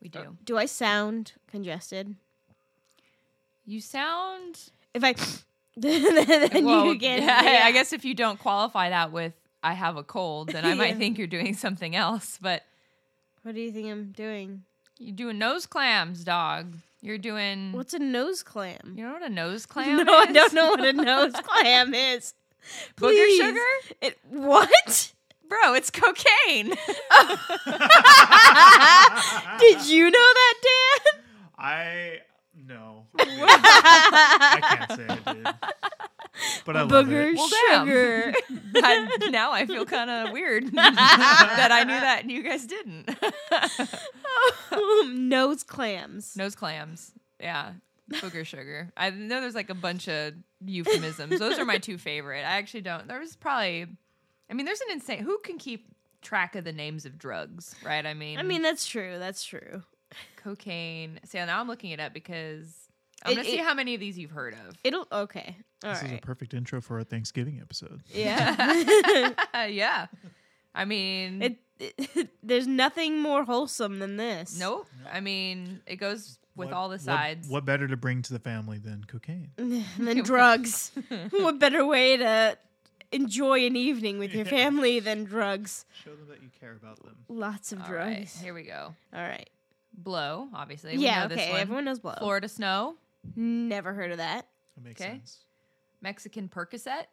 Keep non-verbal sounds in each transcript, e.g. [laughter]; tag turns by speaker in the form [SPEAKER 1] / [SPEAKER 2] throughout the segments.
[SPEAKER 1] We do.
[SPEAKER 2] Do I sound congested?
[SPEAKER 1] you sound.
[SPEAKER 2] If I [laughs] then
[SPEAKER 1] well,
[SPEAKER 2] you get
[SPEAKER 1] yeah,
[SPEAKER 2] [laughs] yeah.
[SPEAKER 1] I guess if you don't qualify that with "I have a cold," then I might
[SPEAKER 2] [laughs] Yeah.
[SPEAKER 1] think you're doing something else. But
[SPEAKER 2] What do you think I'm doing?
[SPEAKER 1] you're doing nose clams, dog. You're doing.
[SPEAKER 2] What's a nose clam?
[SPEAKER 1] you know what a
[SPEAKER 2] [laughs]
[SPEAKER 1] nose clam
[SPEAKER 2] no,
[SPEAKER 1] is?
[SPEAKER 2] I don't know what a
[SPEAKER 1] [laughs]
[SPEAKER 2] nose clam is.
[SPEAKER 1] Booger
[SPEAKER 2] Please.
[SPEAKER 1] sugar,
[SPEAKER 2] It what?
[SPEAKER 1] bro. It's
[SPEAKER 2] [laughs]
[SPEAKER 1] cocaine.
[SPEAKER 3] Ah.
[SPEAKER 2] Did you know that,
[SPEAKER 3] I
[SPEAKER 1] [laughs]
[SPEAKER 3] no. I can't say I did. But I
[SPEAKER 2] Dan?
[SPEAKER 3] love
[SPEAKER 2] Booger
[SPEAKER 3] it.
[SPEAKER 1] Well, damn. [laughs]
[SPEAKER 2] sugar.
[SPEAKER 1] I, now I feel kind of weird [laughs]
[SPEAKER 2] [laughs]
[SPEAKER 1] that I knew that and you guys didn't. [laughs]
[SPEAKER 2] nose clams.
[SPEAKER 1] Nose clams. Yeah. Booger sugar. I know there's like a bunch of euphemisms. Those are my two favorite. I actually don't. There was probably, I mean, there's an insane, who can keep track of the names of drugs, right? I mean,
[SPEAKER 2] I mean, that's true. That's true.
[SPEAKER 1] cocaine. See, now I'm looking it up because I'm
[SPEAKER 2] It-
[SPEAKER 1] going to see
[SPEAKER 2] it-
[SPEAKER 1] how many of these you've heard of.
[SPEAKER 2] It'll okay. All right.
[SPEAKER 3] This is a perfect intro for a Thanksgiving episode.
[SPEAKER 2] yeah.
[SPEAKER 1] [laughs] yeah. I mean,
[SPEAKER 2] [laughs]
[SPEAKER 1] [laughs]
[SPEAKER 2] it, it there's nothing more wholesome than this.
[SPEAKER 1] nope. I mean, it goes with
[SPEAKER 3] What-
[SPEAKER 1] all the
[SPEAKER 3] what-
[SPEAKER 1] sides.
[SPEAKER 3] What, better to bring to the family than cocaine?
[SPEAKER 2] [laughs] and then drugs.
[SPEAKER 1] [laughs]
[SPEAKER 2] what better way to enjoy an evening with your
[SPEAKER 3] Yeah.
[SPEAKER 2] family than drugs?
[SPEAKER 3] Show them that you care about them.
[SPEAKER 2] Lots of
[SPEAKER 1] All right,
[SPEAKER 2] drugs.
[SPEAKER 1] here we go.
[SPEAKER 2] All right.
[SPEAKER 1] Blow, obviously. we
[SPEAKER 2] Yeah.
[SPEAKER 1] know this
[SPEAKER 2] Okay.
[SPEAKER 1] one.
[SPEAKER 2] Everyone knows blow.
[SPEAKER 1] Florida snow,
[SPEAKER 2] Never heard of that.
[SPEAKER 3] That makes
[SPEAKER 1] Okay.
[SPEAKER 3] sense.
[SPEAKER 1] Mexican Percocet,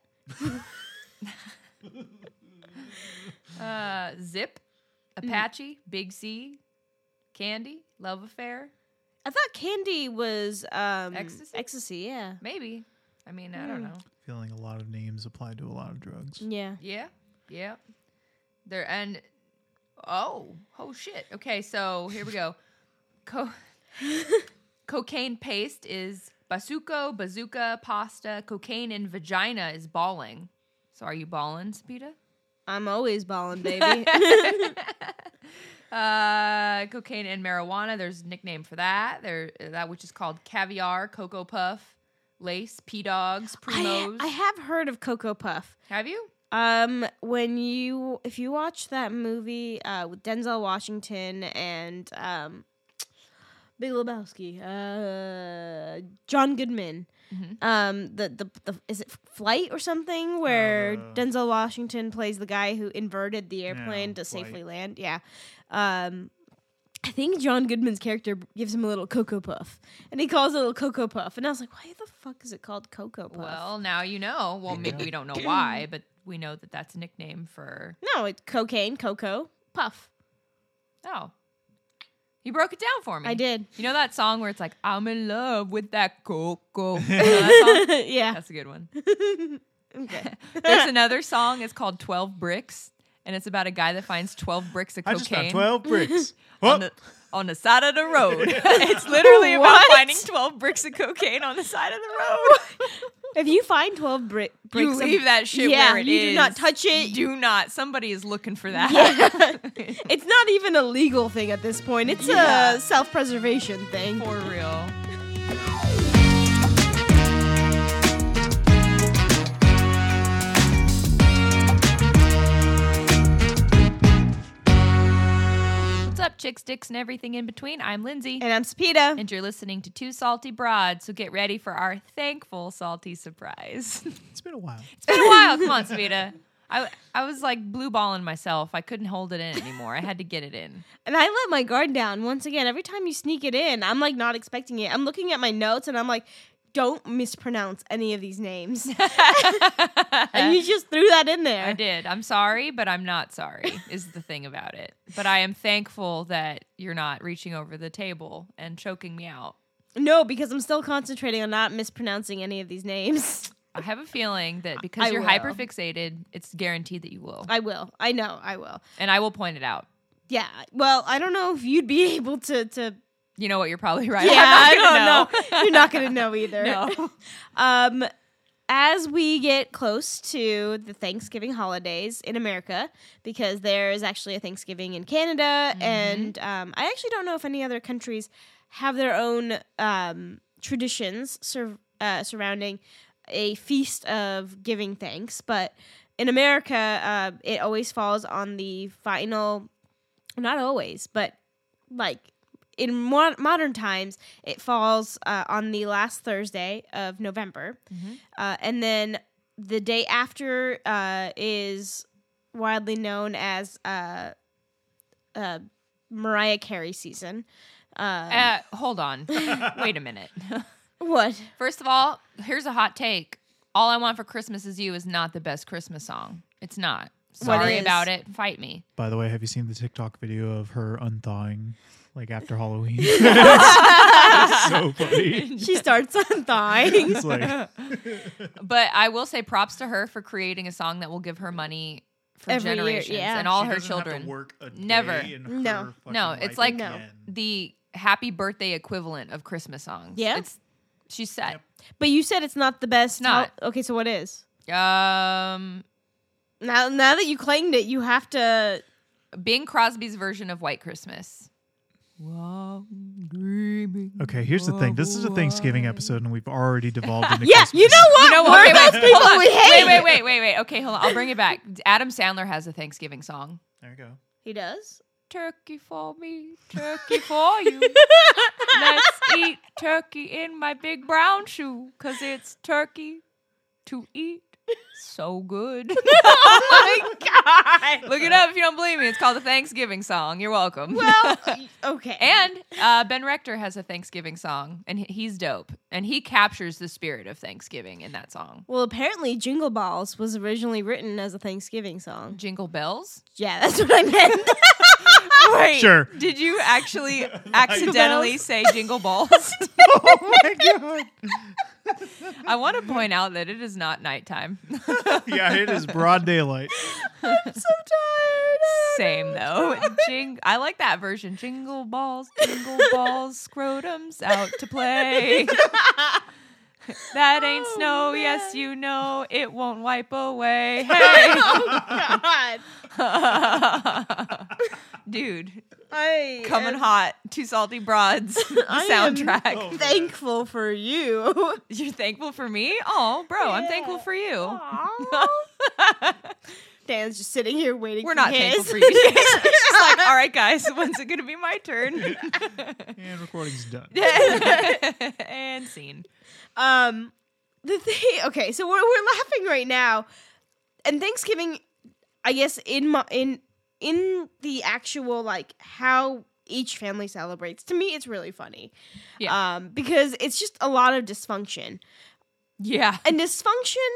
[SPEAKER 1] uh, Zip, Apache, Big C, Candy, Love Affair.
[SPEAKER 2] I thought candy was um,
[SPEAKER 1] Ecstasy?
[SPEAKER 2] Ecstasy. Yeah.
[SPEAKER 1] Maybe. I mean, I don't
[SPEAKER 2] Hmm.
[SPEAKER 1] know.
[SPEAKER 3] Feeling a lot of names applied to a lot of drugs.
[SPEAKER 2] Yeah.
[SPEAKER 1] Yeah, yeah. There and oh, oh shit. Okay, so here we go. Co- [laughs] cocaine paste is basuco, bazooka, pasta. Cocaine in vagina is balling. So are you balling, Speeda?
[SPEAKER 2] I'm always
[SPEAKER 1] [laughs]
[SPEAKER 2] balling, baby. [laughs]
[SPEAKER 1] Uh, cocaine and marijuana. There's a nickname for that. There, that which is called caviar, cocoa puff, lace, p dogs,
[SPEAKER 2] I,
[SPEAKER 1] primos.
[SPEAKER 2] I have heard of Cocoa Puff.
[SPEAKER 1] Have you?
[SPEAKER 2] Um, when you if you watch that movie uh, with Denzel Washington and um, Big Lebowski, uh, John Goodman,
[SPEAKER 3] Mm-hmm.
[SPEAKER 1] Mhm.
[SPEAKER 2] um, the, the the is it Flight or something where
[SPEAKER 3] Uh,
[SPEAKER 2] Denzel Washington plays the guy who inverted the airplane
[SPEAKER 3] Yeah,
[SPEAKER 2] to
[SPEAKER 3] Flight.
[SPEAKER 2] safely land? Yeah. Um, I think John Goodman's character gives him a little cocoa puff, and he calls it a little cocoa puff, and I was like, why the fuck is it called cocoa puff?
[SPEAKER 1] Well, now you know. Well, maybe
[SPEAKER 3] Yeah.
[SPEAKER 1] we don't know why, but we know that that's a nickname for.
[SPEAKER 2] no, it's cocaine, cocoa puff.
[SPEAKER 1] Oh, you broke it down for me.
[SPEAKER 2] I did. [laughs]
[SPEAKER 1] You know that song where it's like, "I'm in love with that cocoa."
[SPEAKER 3] [laughs]
[SPEAKER 1] You know that song?
[SPEAKER 2] yeah.
[SPEAKER 1] That's a good one.
[SPEAKER 2] Okay.
[SPEAKER 1] There's another song. It's called Twelve Bricks," and it's about a guy that finds twelve bricks of
[SPEAKER 3] I
[SPEAKER 1] cocaine.
[SPEAKER 3] just
[SPEAKER 1] [laughs]
[SPEAKER 3] found 12 bricks. Oh,
[SPEAKER 1] on the, on the side of the road. [laughs] it's literally about
[SPEAKER 2] What?
[SPEAKER 1] finding 12 bricks of cocaine on the side of the road.
[SPEAKER 2] [laughs] If you find twelve brick,
[SPEAKER 1] [laughs] you
[SPEAKER 2] bricks of-
[SPEAKER 1] leave that shit
[SPEAKER 2] yeah,
[SPEAKER 1] where it is.
[SPEAKER 2] you do not touch it.
[SPEAKER 1] Do not. Somebody is looking for that.
[SPEAKER 2] Yeah. it's not even a legal thing at this point. It's
[SPEAKER 1] Yeah.
[SPEAKER 2] a self-preservation thing.
[SPEAKER 1] [laughs] For real. What's up, chicks, dicks, and everything in between? I'm Lindsay.
[SPEAKER 2] And I'm Sapita.
[SPEAKER 1] and you're listening to Two Salty Broads, so get ready for our thankful salty surprise. [laughs]
[SPEAKER 3] It's been a while.
[SPEAKER 1] it's been a while. Come on, Savita. I, I was like blue balling myself. I couldn't hold it in anymore. I had to get it in.
[SPEAKER 2] And I let my guard down once again. Every time you sneak it in, I'm like not expecting it. I'm looking at my notes and I'm like, don't mispronounce any of these names. [laughs]
[SPEAKER 1] [laughs]
[SPEAKER 2] and you just threw that in there.
[SPEAKER 1] I did. I'm sorry, but I'm not sorry, is the thing about it. But I am thankful that you're not reaching over the table and choking me out.
[SPEAKER 2] No, because I'm still concentrating on not mispronouncing any of these names. [laughs]
[SPEAKER 1] I have a feeling that because
[SPEAKER 2] I
[SPEAKER 1] you're
[SPEAKER 2] will.
[SPEAKER 1] hyperfixated, it's guaranteed that you will.
[SPEAKER 2] I will. I know. I will.
[SPEAKER 1] And I will point it out.
[SPEAKER 2] Yeah. Well, I don't know if you'd be [laughs] able to to
[SPEAKER 1] You know what? You're probably right. [laughs]
[SPEAKER 2] Yeah,
[SPEAKER 1] I'm not gonna
[SPEAKER 2] [laughs] I don't know. You're not gonna know [laughs] either.
[SPEAKER 1] No.
[SPEAKER 2] Um, as we get close to the Thanksgiving holidays in America, because there is actually a Thanksgiving in Canada, and um, I actually don't know if any other countries have their own um, traditions sur- uh, surrounding a feast of giving thanks, but in America, uh, it always falls on the final. Not always, but like in mo- modern times, it falls uh, on the last Thursday of November, uh, and then the day after uh, is widely known as uh, uh, Mariah Carey season. Uh,
[SPEAKER 1] Uh, hold on. Wait a minute.
[SPEAKER 2] [laughs] what?
[SPEAKER 1] First of all, here's a hot take. All I Want for Christmas is You is not the best Christmas song. It's not.
[SPEAKER 2] What
[SPEAKER 1] Sorry
[SPEAKER 2] is?
[SPEAKER 1] about it. Fight me.
[SPEAKER 3] By the way, have you seen the TikTok video of her unthawing like after Halloween? [laughs] It's so
[SPEAKER 1] [laughs]
[SPEAKER 3] funny.
[SPEAKER 2] She starts on thawing. [laughs]
[SPEAKER 3] It's like
[SPEAKER 1] But I will say props to her for creating a song that will give her money for
[SPEAKER 2] Every year,
[SPEAKER 1] generations
[SPEAKER 2] yeah.
[SPEAKER 1] and all
[SPEAKER 3] she
[SPEAKER 1] her
[SPEAKER 3] doesn't have to
[SPEAKER 1] children.
[SPEAKER 3] work a
[SPEAKER 1] Never.
[SPEAKER 3] day in her
[SPEAKER 2] No.
[SPEAKER 3] fucking
[SPEAKER 1] No, it's
[SPEAKER 3] life
[SPEAKER 1] like
[SPEAKER 2] No.
[SPEAKER 3] again.
[SPEAKER 1] the happy birthday equivalent of Christmas songs.
[SPEAKER 2] Yeah.
[SPEAKER 1] It's she's set.
[SPEAKER 2] But you said it's not the best.
[SPEAKER 1] It's not.
[SPEAKER 2] hol- okay, so what is?
[SPEAKER 1] Um
[SPEAKER 2] Now, now that you claimed it, you have to.
[SPEAKER 1] Bing Crosby's version of White Christmas.
[SPEAKER 3] Okay, here's the thing. This is a Thanksgiving episode, and we've already
[SPEAKER 1] [laughs]
[SPEAKER 3] devolved into
[SPEAKER 2] Yeah,
[SPEAKER 3] Christmas.
[SPEAKER 2] you know what?
[SPEAKER 1] You know
[SPEAKER 2] We're
[SPEAKER 1] what?
[SPEAKER 2] those
[SPEAKER 1] wait, wait,
[SPEAKER 2] people
[SPEAKER 1] hold on.
[SPEAKER 2] we hate.
[SPEAKER 1] Wait, wait, wait, wait, wait. Okay, hold on. I'll bring it back. Adam Sandler has a Thanksgiving song.
[SPEAKER 3] There you go. [laughs]
[SPEAKER 2] He does.
[SPEAKER 1] Turkey for me, turkey for [laughs] you. Let's eat turkey in my big brown shoe, cause it's turkey to eat. So [laughs] good.
[SPEAKER 2] Oh
[SPEAKER 1] [laughs]
[SPEAKER 2] my god.
[SPEAKER 1] Look it up if you don't believe me. It's called the Thanksgiving song. You're welcome.
[SPEAKER 2] Well, [laughs] okay.
[SPEAKER 1] [laughs] And uh, Ben Rector has a Thanksgiving song, and he- he's dope. And he captures the spirit of Thanksgiving in that song.
[SPEAKER 2] well, apparently, Jingle Balls was originally written as a Thanksgiving song.
[SPEAKER 1] Jingle Bells?
[SPEAKER 2] Yeah, that's what I meant. [laughs]
[SPEAKER 1] Wait,
[SPEAKER 3] Sure.
[SPEAKER 1] Did you actually accidentally
[SPEAKER 2] Bells.
[SPEAKER 1] say Jingle Balls?
[SPEAKER 3] Oh my god.
[SPEAKER 1] [laughs] I want to point out that it is not nighttime.
[SPEAKER 3] Yeah, it is broad daylight.
[SPEAKER 2] [laughs]
[SPEAKER 1] Same though. [laughs] Jing- I like that version. Jingle Balls,
[SPEAKER 2] [laughs]
[SPEAKER 1] Jingle Balls, scrotums out to play. [laughs] That ain't
[SPEAKER 2] Oh,
[SPEAKER 1] snow,
[SPEAKER 2] man.
[SPEAKER 1] yes you know, it won't wipe
[SPEAKER 2] [laughs]
[SPEAKER 1] away. Hey. [laughs]
[SPEAKER 2] Oh god.
[SPEAKER 1] Dude,
[SPEAKER 2] I
[SPEAKER 1] coming
[SPEAKER 2] am
[SPEAKER 1] hot, two salty broads, [laughs] the
[SPEAKER 2] [laughs] I am-
[SPEAKER 1] soundtrack.
[SPEAKER 3] Oh.
[SPEAKER 2] Thankful for you.
[SPEAKER 1] [laughs] You're thankful for me? Oh, bro, I'm thankful
[SPEAKER 2] Yeah.
[SPEAKER 1] for you. [laughs]
[SPEAKER 2] [laughs] Dan's just sitting here waiting.
[SPEAKER 1] We're
[SPEAKER 2] for
[SPEAKER 1] not
[SPEAKER 2] his.
[SPEAKER 1] thankful for you. [laughs]
[SPEAKER 2] [laughs]
[SPEAKER 1] She's like, all right, guys, when's it gonna be my turn? [laughs]
[SPEAKER 3] And recording's done.
[SPEAKER 1] and scene.
[SPEAKER 2] Um, the thing. [laughs] Okay, so we're we're laughing right now, and Thanksgiving, I guess in my in in the actual like how each family celebrates. To me, it's really funny.
[SPEAKER 1] Yeah.
[SPEAKER 2] Um, because it's just a lot of dysfunction
[SPEAKER 1] Yeah.
[SPEAKER 2] and dysfunction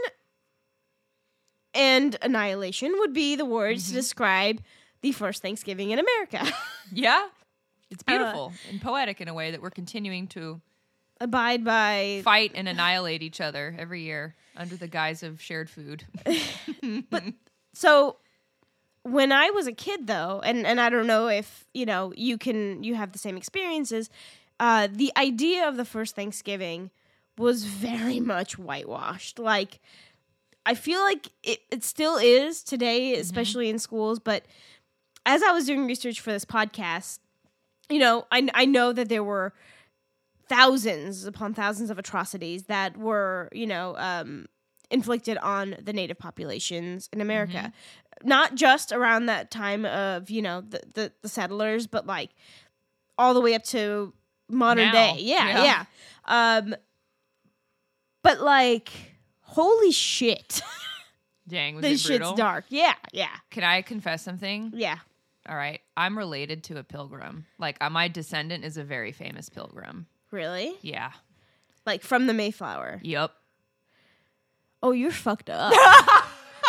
[SPEAKER 2] and annihilation would be the words to describe the first Thanksgiving in America. [laughs]
[SPEAKER 1] Yeah. It's
[SPEAKER 2] Uh,
[SPEAKER 1] beautiful and poetic in a way that we're continuing to
[SPEAKER 2] Abide by
[SPEAKER 1] fight and annihilate each other every year under the guise of shared
[SPEAKER 2] [laughs]
[SPEAKER 1] food.
[SPEAKER 2] So when I was a kid though, and, and I don't know if, you know, you can you have the same experiences, uh, the idea of the first Thanksgiving was very [laughs] much whitewashed. Like I feel like it, it still is today, especially in schools, but as I was doing research for this podcast, you know, I, I know that there were thousands upon thousands of atrocities that were, you know, um, inflicted on the native populations in America.
[SPEAKER 1] Mm-hmm.
[SPEAKER 2] Not just around that time of, you know, the, the, the settlers, but like all the way up to modern
[SPEAKER 1] Now.
[SPEAKER 2] day. Yeah, yeah.
[SPEAKER 1] Yeah.
[SPEAKER 2] Um, but like, holy shit.
[SPEAKER 1] Dang, was
[SPEAKER 2] [laughs] this
[SPEAKER 1] it brutal?
[SPEAKER 2] shit's dark. Yeah, yeah,
[SPEAKER 1] Can I confess something?
[SPEAKER 2] yeah.
[SPEAKER 1] All right. I'm related to a pilgrim. Like uh, my descendant is a very famous pilgrim.
[SPEAKER 2] Really?
[SPEAKER 1] Yeah.
[SPEAKER 2] Like from the Mayflower.
[SPEAKER 1] Yep.
[SPEAKER 2] Oh, you're
[SPEAKER 1] [laughs]
[SPEAKER 2] fucked up.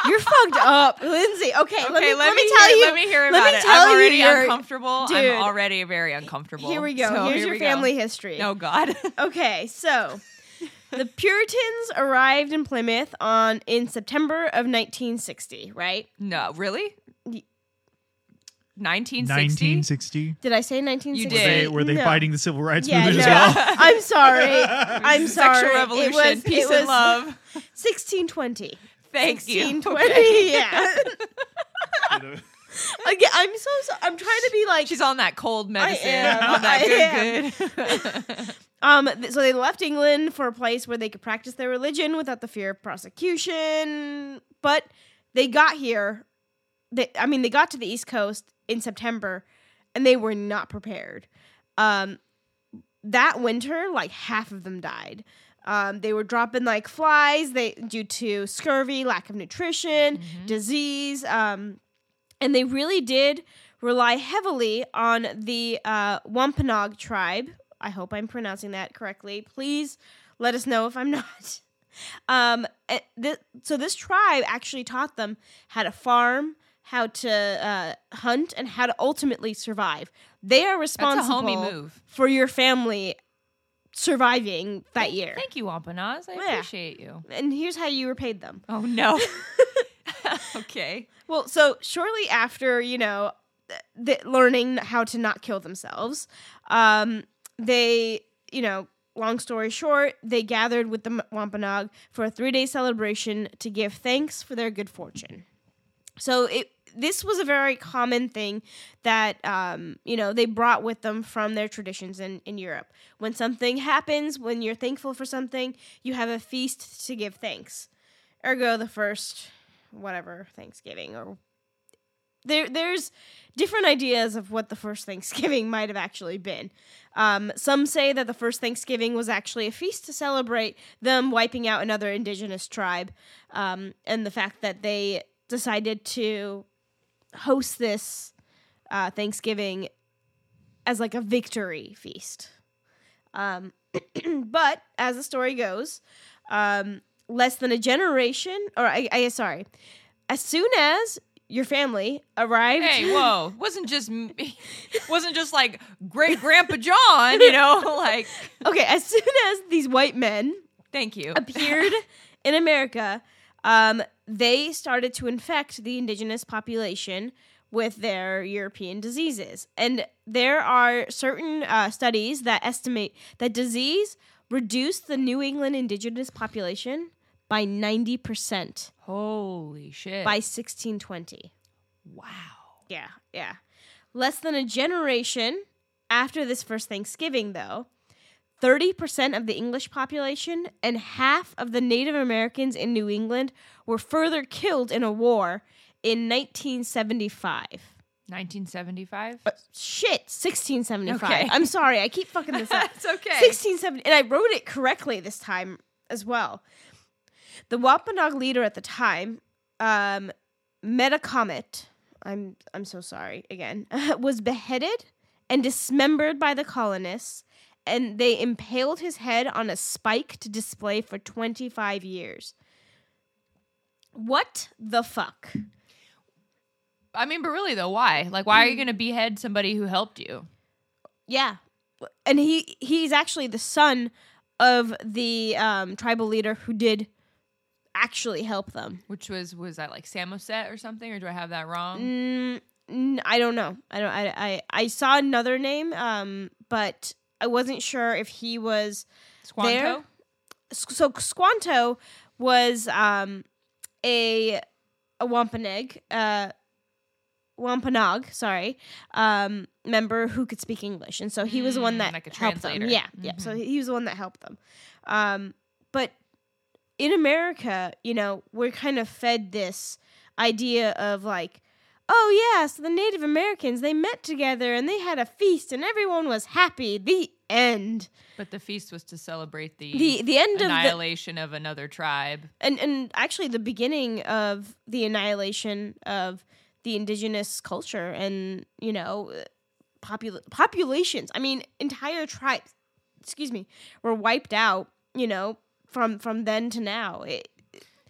[SPEAKER 2] you're fucked up, Lindsay. Okay, let me, let me tell
[SPEAKER 1] hear,
[SPEAKER 2] you.
[SPEAKER 1] Let me hear
[SPEAKER 2] let
[SPEAKER 1] about
[SPEAKER 2] me
[SPEAKER 1] it.
[SPEAKER 2] tell
[SPEAKER 1] I'm
[SPEAKER 2] you
[SPEAKER 1] already
[SPEAKER 2] your-
[SPEAKER 1] uncomfortable.
[SPEAKER 2] Dude.
[SPEAKER 1] I'm already very uncomfortable.
[SPEAKER 2] Here we go.
[SPEAKER 1] So
[SPEAKER 2] Here's
[SPEAKER 1] here
[SPEAKER 2] your
[SPEAKER 1] we go.
[SPEAKER 2] family history.
[SPEAKER 1] Oh God. [laughs]
[SPEAKER 2] Okay, so the Puritans arrived in Plymouth on in September of 1960. Right?
[SPEAKER 1] no, really. 1960.
[SPEAKER 3] 1960.
[SPEAKER 2] Did I say 1960?
[SPEAKER 1] You
[SPEAKER 3] Were they,
[SPEAKER 1] did.
[SPEAKER 3] were they
[SPEAKER 2] No.
[SPEAKER 3] fighting the civil rights
[SPEAKER 2] Yeah,
[SPEAKER 3] movement
[SPEAKER 2] no.
[SPEAKER 3] as well?
[SPEAKER 2] [laughs] I'm sorry.
[SPEAKER 3] [laughs]
[SPEAKER 2] I'm sorry.
[SPEAKER 1] [laughs] Sexual
[SPEAKER 2] It
[SPEAKER 1] revolution.
[SPEAKER 2] was- it
[SPEAKER 1] peace
[SPEAKER 2] was
[SPEAKER 1] and love.
[SPEAKER 2] 1620.
[SPEAKER 1] Thank you. [laughs]
[SPEAKER 2] 1620. Yeah. [laughs] Again, I'm so, so. I'm trying to be like.
[SPEAKER 1] She's on that cold medicine.
[SPEAKER 2] am.
[SPEAKER 1] On that
[SPEAKER 2] I
[SPEAKER 1] good,
[SPEAKER 2] am. [laughs]
[SPEAKER 1] good.
[SPEAKER 2] Um, th- so they left England for a place where they could practice their religion without the fear of prosecution. But they got here. They, I mean, they got to the East Coast in September, and they were not prepared. Um, that winter, like half of them died. Um, they were dropping like flies. They due to scurvy, lack of nutrition, disease. Um, and they really did rely heavily on the uh, Wampanoag tribe. I hope I'm pronouncing that correctly. Please let us know if I'm [laughs] not. Um, eh, thi- so this tribe actually taught them how to farm, how to uh, hunt, and how to ultimately survive. They are
[SPEAKER 1] That's a
[SPEAKER 2] responsible
[SPEAKER 1] homie move.
[SPEAKER 2] for your family surviving that year.
[SPEAKER 1] Thank you, Wampanoag. I
[SPEAKER 2] Yeah.
[SPEAKER 1] appreciate you.
[SPEAKER 2] And here's how you repaid them.
[SPEAKER 1] Oh
[SPEAKER 2] [laughs]
[SPEAKER 1] no. [laughs] okay.
[SPEAKER 2] Well, so shortly after, you know, th- th- learning how to not kill themselves, um, they, you know, long story short, they gathered with the M- Wampanoag for a three day celebration to give thanks for their good fortune. So it this was a very common thing that um, you know they brought with them from their traditions in, in Europe. When something happens, when you're thankful for something, you have a feast to give thanks. Ergo, the first whatever Thanksgiving or there there's different ideas of what the first Thanksgiving [laughs] might have actually been. Um, some say that the first Thanksgiving was actually a feast to celebrate them wiping out another indigenous tribe, um, and the fact that they decided to host this uh, Thanksgiving as like a victory feast. Um, [clears throat] but as the story goes, um, less than a generation, or I, I sorry, as soon as your family arrived, [laughs]
[SPEAKER 1] Hey, whoa! wasn't just me. [laughs] wasn't just like great grandpa John. You know, [laughs] like
[SPEAKER 2] okay, as [laughs] soon as these white men
[SPEAKER 1] thank you.
[SPEAKER 2] appeared [laughs] in America, um, they started to infect the indigenous population with their European diseases. And there are certain uh, studies that estimate that disease reduced the New England indigenous population by 90%
[SPEAKER 1] Holy shit!
[SPEAKER 2] by 1620.
[SPEAKER 1] wow.
[SPEAKER 2] Yeah, yeah. Less than a generation after this first Thanksgiving, though, 30% of the English population and half of the Native Americans in New England were further killed in a war in 1975.
[SPEAKER 1] 1975.
[SPEAKER 2] Shit, 1675.
[SPEAKER 1] Okay.
[SPEAKER 2] [laughs] I'm sorry, I keep fucking
[SPEAKER 1] [laughs]
[SPEAKER 2] this up.
[SPEAKER 1] That's okay.
[SPEAKER 2] 1670, and I wrote it correctly this time as well. The Wampanoag leader at the time, um, Metacomet, I'm I'm so sorry again, [laughs] was beheaded and dismembered by the colonists, and they impaled his head on a spike to display for 25 years. What the fuck?
[SPEAKER 1] I mean, but really though, why? Like, why are
[SPEAKER 2] Mm.
[SPEAKER 1] you gonna behead somebody who helped you?
[SPEAKER 2] Yeah, and he he's actually the son of the um, tribal leader who did actually help them.
[SPEAKER 1] Which was was that like Samoset or something, or do I have that wrong?
[SPEAKER 2] Mm, n- I don't know. I don't. I, I I saw another name, um, but I wasn't sure if he was.
[SPEAKER 1] Squanto.
[SPEAKER 2] there- So Squanto was um, a a Wampanoag, uh, Wampanoag, sorry, um, member who could speak English, and so he was the one
[SPEAKER 1] Mm,
[SPEAKER 2] that
[SPEAKER 1] like a
[SPEAKER 2] helped them.
[SPEAKER 1] translator. Mm-hmm.
[SPEAKER 2] Yeah, yeah. So he was the one that helped them. Um, but in America, you know, we're kind of fed this idea of like, oh yeah, so the Native Americans they met together and they had a feast and everyone was happy. The end.
[SPEAKER 1] But the feast was to celebrate the,
[SPEAKER 2] The the end of the
[SPEAKER 1] annihilation of another tribe.
[SPEAKER 2] and and actually the beginning of the annihilation of the indigenous culture and you know popul- populations i mean entire tribes excuse me were wiped out you know from from then to now it,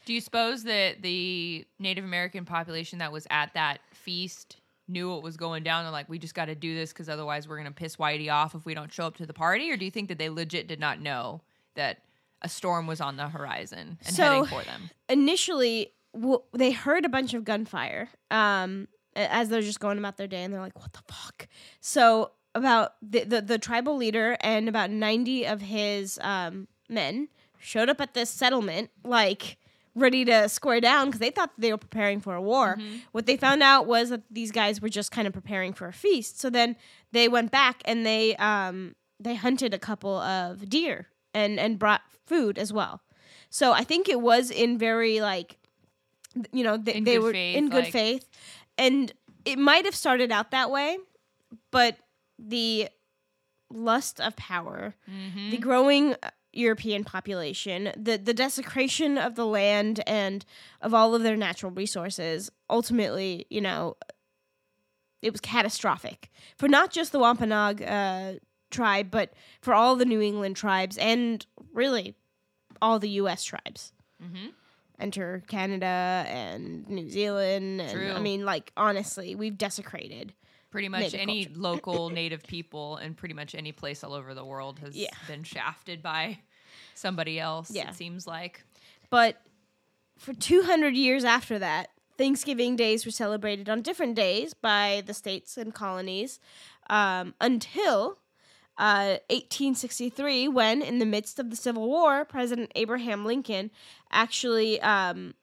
[SPEAKER 1] Do you suppose that the Native American population that was at that feast knew what was going down? They're like, we just got to do this because otherwise we're going to piss Whitey off if we don't show up to the party? Or do you think that they legit did not know that a storm was on the horizon and
[SPEAKER 2] So-
[SPEAKER 1] heading for
[SPEAKER 2] [sighs]
[SPEAKER 1] them?
[SPEAKER 2] initially w- they heard a bunch of gunfire um, a- as they're just going about their day and they're like what the fuck so about the, the, the tribal leader and about 90 of his um, men showed up at this settlement like ready to square down because they thought they were preparing for a war what they found out was that these guys were just kind of preparing for a feast so then they went back and they um, they hunted a couple of deer and and brought food as well so I think it was in very like, th- you know, they,
[SPEAKER 1] In
[SPEAKER 2] they
[SPEAKER 1] good
[SPEAKER 2] were
[SPEAKER 1] faith,
[SPEAKER 2] in good
[SPEAKER 1] like-
[SPEAKER 2] faith, and it might have started out that way, but the lust of power,
[SPEAKER 1] Mm-hmm,
[SPEAKER 2] the growing uh, European population, the the desecration of the land and of all of their natural resources. Ultimately, you know, it was catastrophic for not just the Wampanoag uh, tribe, but for all the New England tribes and really all the U.S. tribes.
[SPEAKER 1] mm-hmm.
[SPEAKER 2] Enter Canada and New Zealand, and I
[SPEAKER 1] True.
[SPEAKER 2] mean, like honestly, we've desecrated.
[SPEAKER 1] Pretty much
[SPEAKER 2] Native
[SPEAKER 1] any
[SPEAKER 2] [laughs]
[SPEAKER 1] local native people and pretty much any place all over the world has
[SPEAKER 2] Yeah.
[SPEAKER 1] been shafted by somebody else,
[SPEAKER 2] Yeah.
[SPEAKER 1] it seems like.
[SPEAKER 2] But for 200 years after that, Thanksgiving days were celebrated on different days by the states and colonies um, until uh, 1863, when, in the midst of the Civil War, President Abraham Lincoln actually. Um,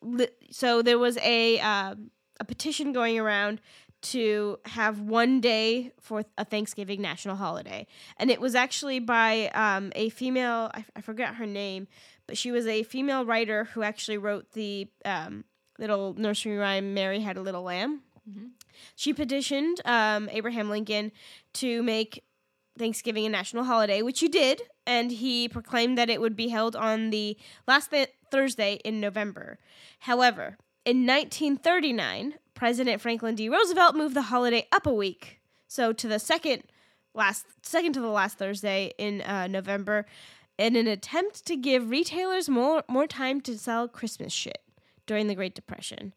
[SPEAKER 2] li- so there was a, um a petition going around to have one day for a Thanksgiving national holiday. And it was actually by um, a female, I, I forget her name, but she was a female writer who actually wrote the um, little nursery rhyme, Mary Had a Little Lamb. She petitioned um, Abraham Lincoln to make Thanksgiving a national holiday, which he did, and he proclaimed that it would be held on the last th- Thursday in November. However, in 1939, President Franklin D. Roosevelt moved the holiday up a week, so to the second last second to the last Thursday in uh, November, in an attempt to give retailers more more time to sell Christmas shit during the Great Depression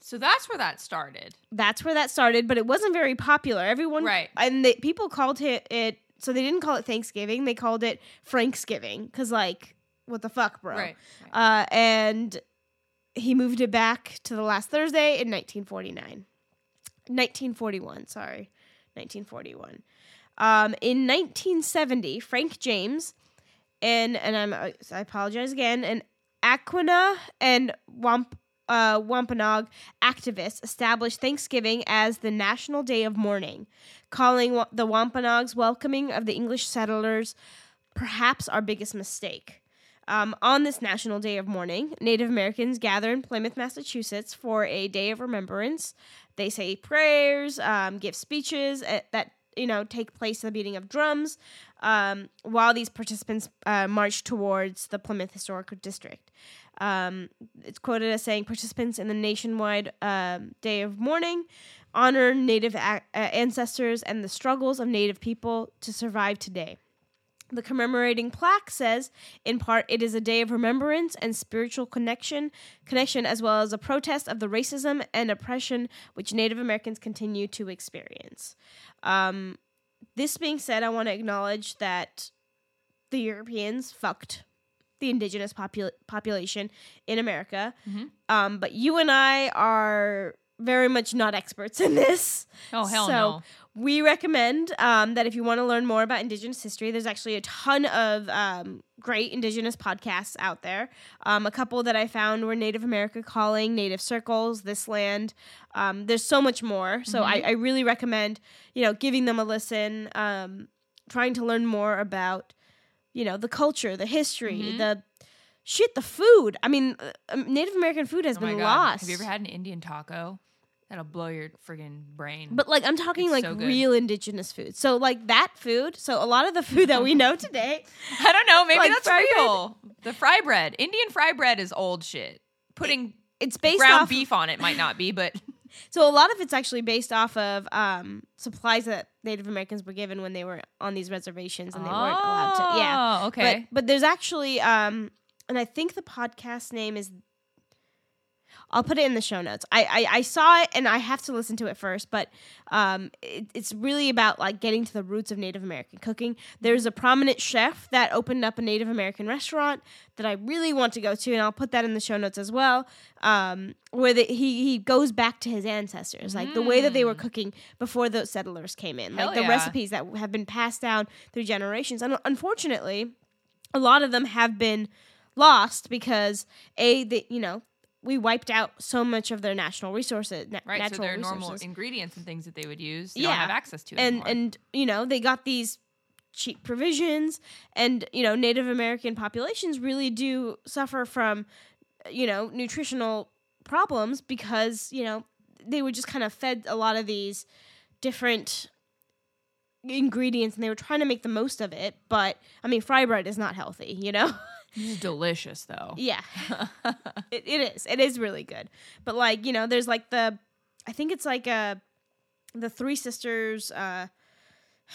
[SPEAKER 1] So that's where that started.
[SPEAKER 2] that's where that started, but it wasn't very popular. Everyone,
[SPEAKER 1] Right.
[SPEAKER 2] And they, people called it it. So they didn't call it Thanksgiving; they called it Franksgiving, because like, what the fuck, bro?
[SPEAKER 1] Right.
[SPEAKER 2] Uh, and he moved it back to the last Thursday in 1949, 1941. Sorry, 1941. Um, in 1970, Frank James and and I'm uh, I apologize again. An Aquina and Wamp uh, Wampanoag activists established Thanksgiving as the national day of mourning, calling wa- the Wampanoags' welcoming of the English settlers perhaps our biggest mistake. Um, on this National Day of Mourning, Native Americans gather in Plymouth, Massachusetts for a day of remembrance. They say prayers, um, give speeches eh, that you know take place at the beating of drums, um, while these participants uh, march towards the Plymouth Historical District. Um, it's quoted as saying, "Participants in the nationwide um, day of mourning honor Native ac uh, ancestors and the struggles of Native people to survive today." The commemorating plaque says, in part, it is a day of remembrance and spiritual connection, connection as well as a protest of the racism and oppression which Native Americans continue to experience. Um, this being said, I want to acknowledge that the Europeans fucked the indigenous popul- population in America,
[SPEAKER 1] Mhm.
[SPEAKER 2] um, but you and I are very much not experts in this.
[SPEAKER 1] Oh, hell
[SPEAKER 2] So,
[SPEAKER 1] no.
[SPEAKER 2] We recommend um, that if you want to learn more about Indigenous history, there's actually a ton of um, great Indigenous podcasts out there. Um, a couple that I found were Native America Calling, Native Circles, This Land. Um, there's so much more, so
[SPEAKER 1] Mm-hmm.
[SPEAKER 2] I, I really recommend you know giving them a listen, um, trying to learn more about you know the culture, the history,
[SPEAKER 1] Mhm.
[SPEAKER 2] the shit, the food. I mean, uh, um, Native American food has
[SPEAKER 1] Oh my
[SPEAKER 2] been
[SPEAKER 1] god.
[SPEAKER 2] lost.
[SPEAKER 1] Have you ever had an Indian taco? That'll blow your friggin' brain.
[SPEAKER 2] But like I'm talking
[SPEAKER 1] It's
[SPEAKER 2] like
[SPEAKER 1] so good.
[SPEAKER 2] real indigenous food. So like that food. So a lot of the food that we know today.
[SPEAKER 1] [laughs] I don't know. Maybe
[SPEAKER 2] Like
[SPEAKER 1] that's
[SPEAKER 2] fry bread?
[SPEAKER 1] real. The fry bread, Indian fry bread, is old shit. Putting
[SPEAKER 2] It's based
[SPEAKER 1] ground
[SPEAKER 2] off
[SPEAKER 1] beef on it might not be,
[SPEAKER 2] [laughs]
[SPEAKER 1] but
[SPEAKER 2] so a lot of it's actually based off of um, supplies that Native Americans were given when they were on these reservations and they weren't allowed to. Yeah.
[SPEAKER 1] Oh, Okay.
[SPEAKER 2] But, but there's actually um, and I think the podcast name is I'll put it in the show notes. I, I, I saw it and I have to listen to it first, but um, it, it's really about like getting to the roots of Native American cooking. There's a prominent chef that opened up a Native American restaurant that I really want to go to, and I'll put that in the show notes as well. Um, where the, he he goes back to his ancestors, like the way that they were cooking before those settlers came in, like
[SPEAKER 1] Mm-hmm. Hell
[SPEAKER 2] the
[SPEAKER 1] yeah.
[SPEAKER 2] recipes that have been passed down through generations. And uh, unfortunately, a lot of them have been lost because a the you know we wiped out so much of their national resources na-
[SPEAKER 1] right.
[SPEAKER 2] natural
[SPEAKER 1] so there are
[SPEAKER 2] resources
[SPEAKER 1] normal ingredients and things that they would use. They don't
[SPEAKER 2] Yeah.
[SPEAKER 1] have access to
[SPEAKER 2] and
[SPEAKER 1] anymore.
[SPEAKER 2] and you know they got these cheap provisions and you know native american populations really do suffer from you know nutritional problems because you know they were just kind of fed a lot of these different ingredients and they were trying to make the most of it. But I mean, fry bread is not healthy, you know?
[SPEAKER 1] This is delicious though.
[SPEAKER 2] yeah, it, it is. It is really good. But like, you know, there's like the, I think it's like a, the three sisters, uh, [sighs]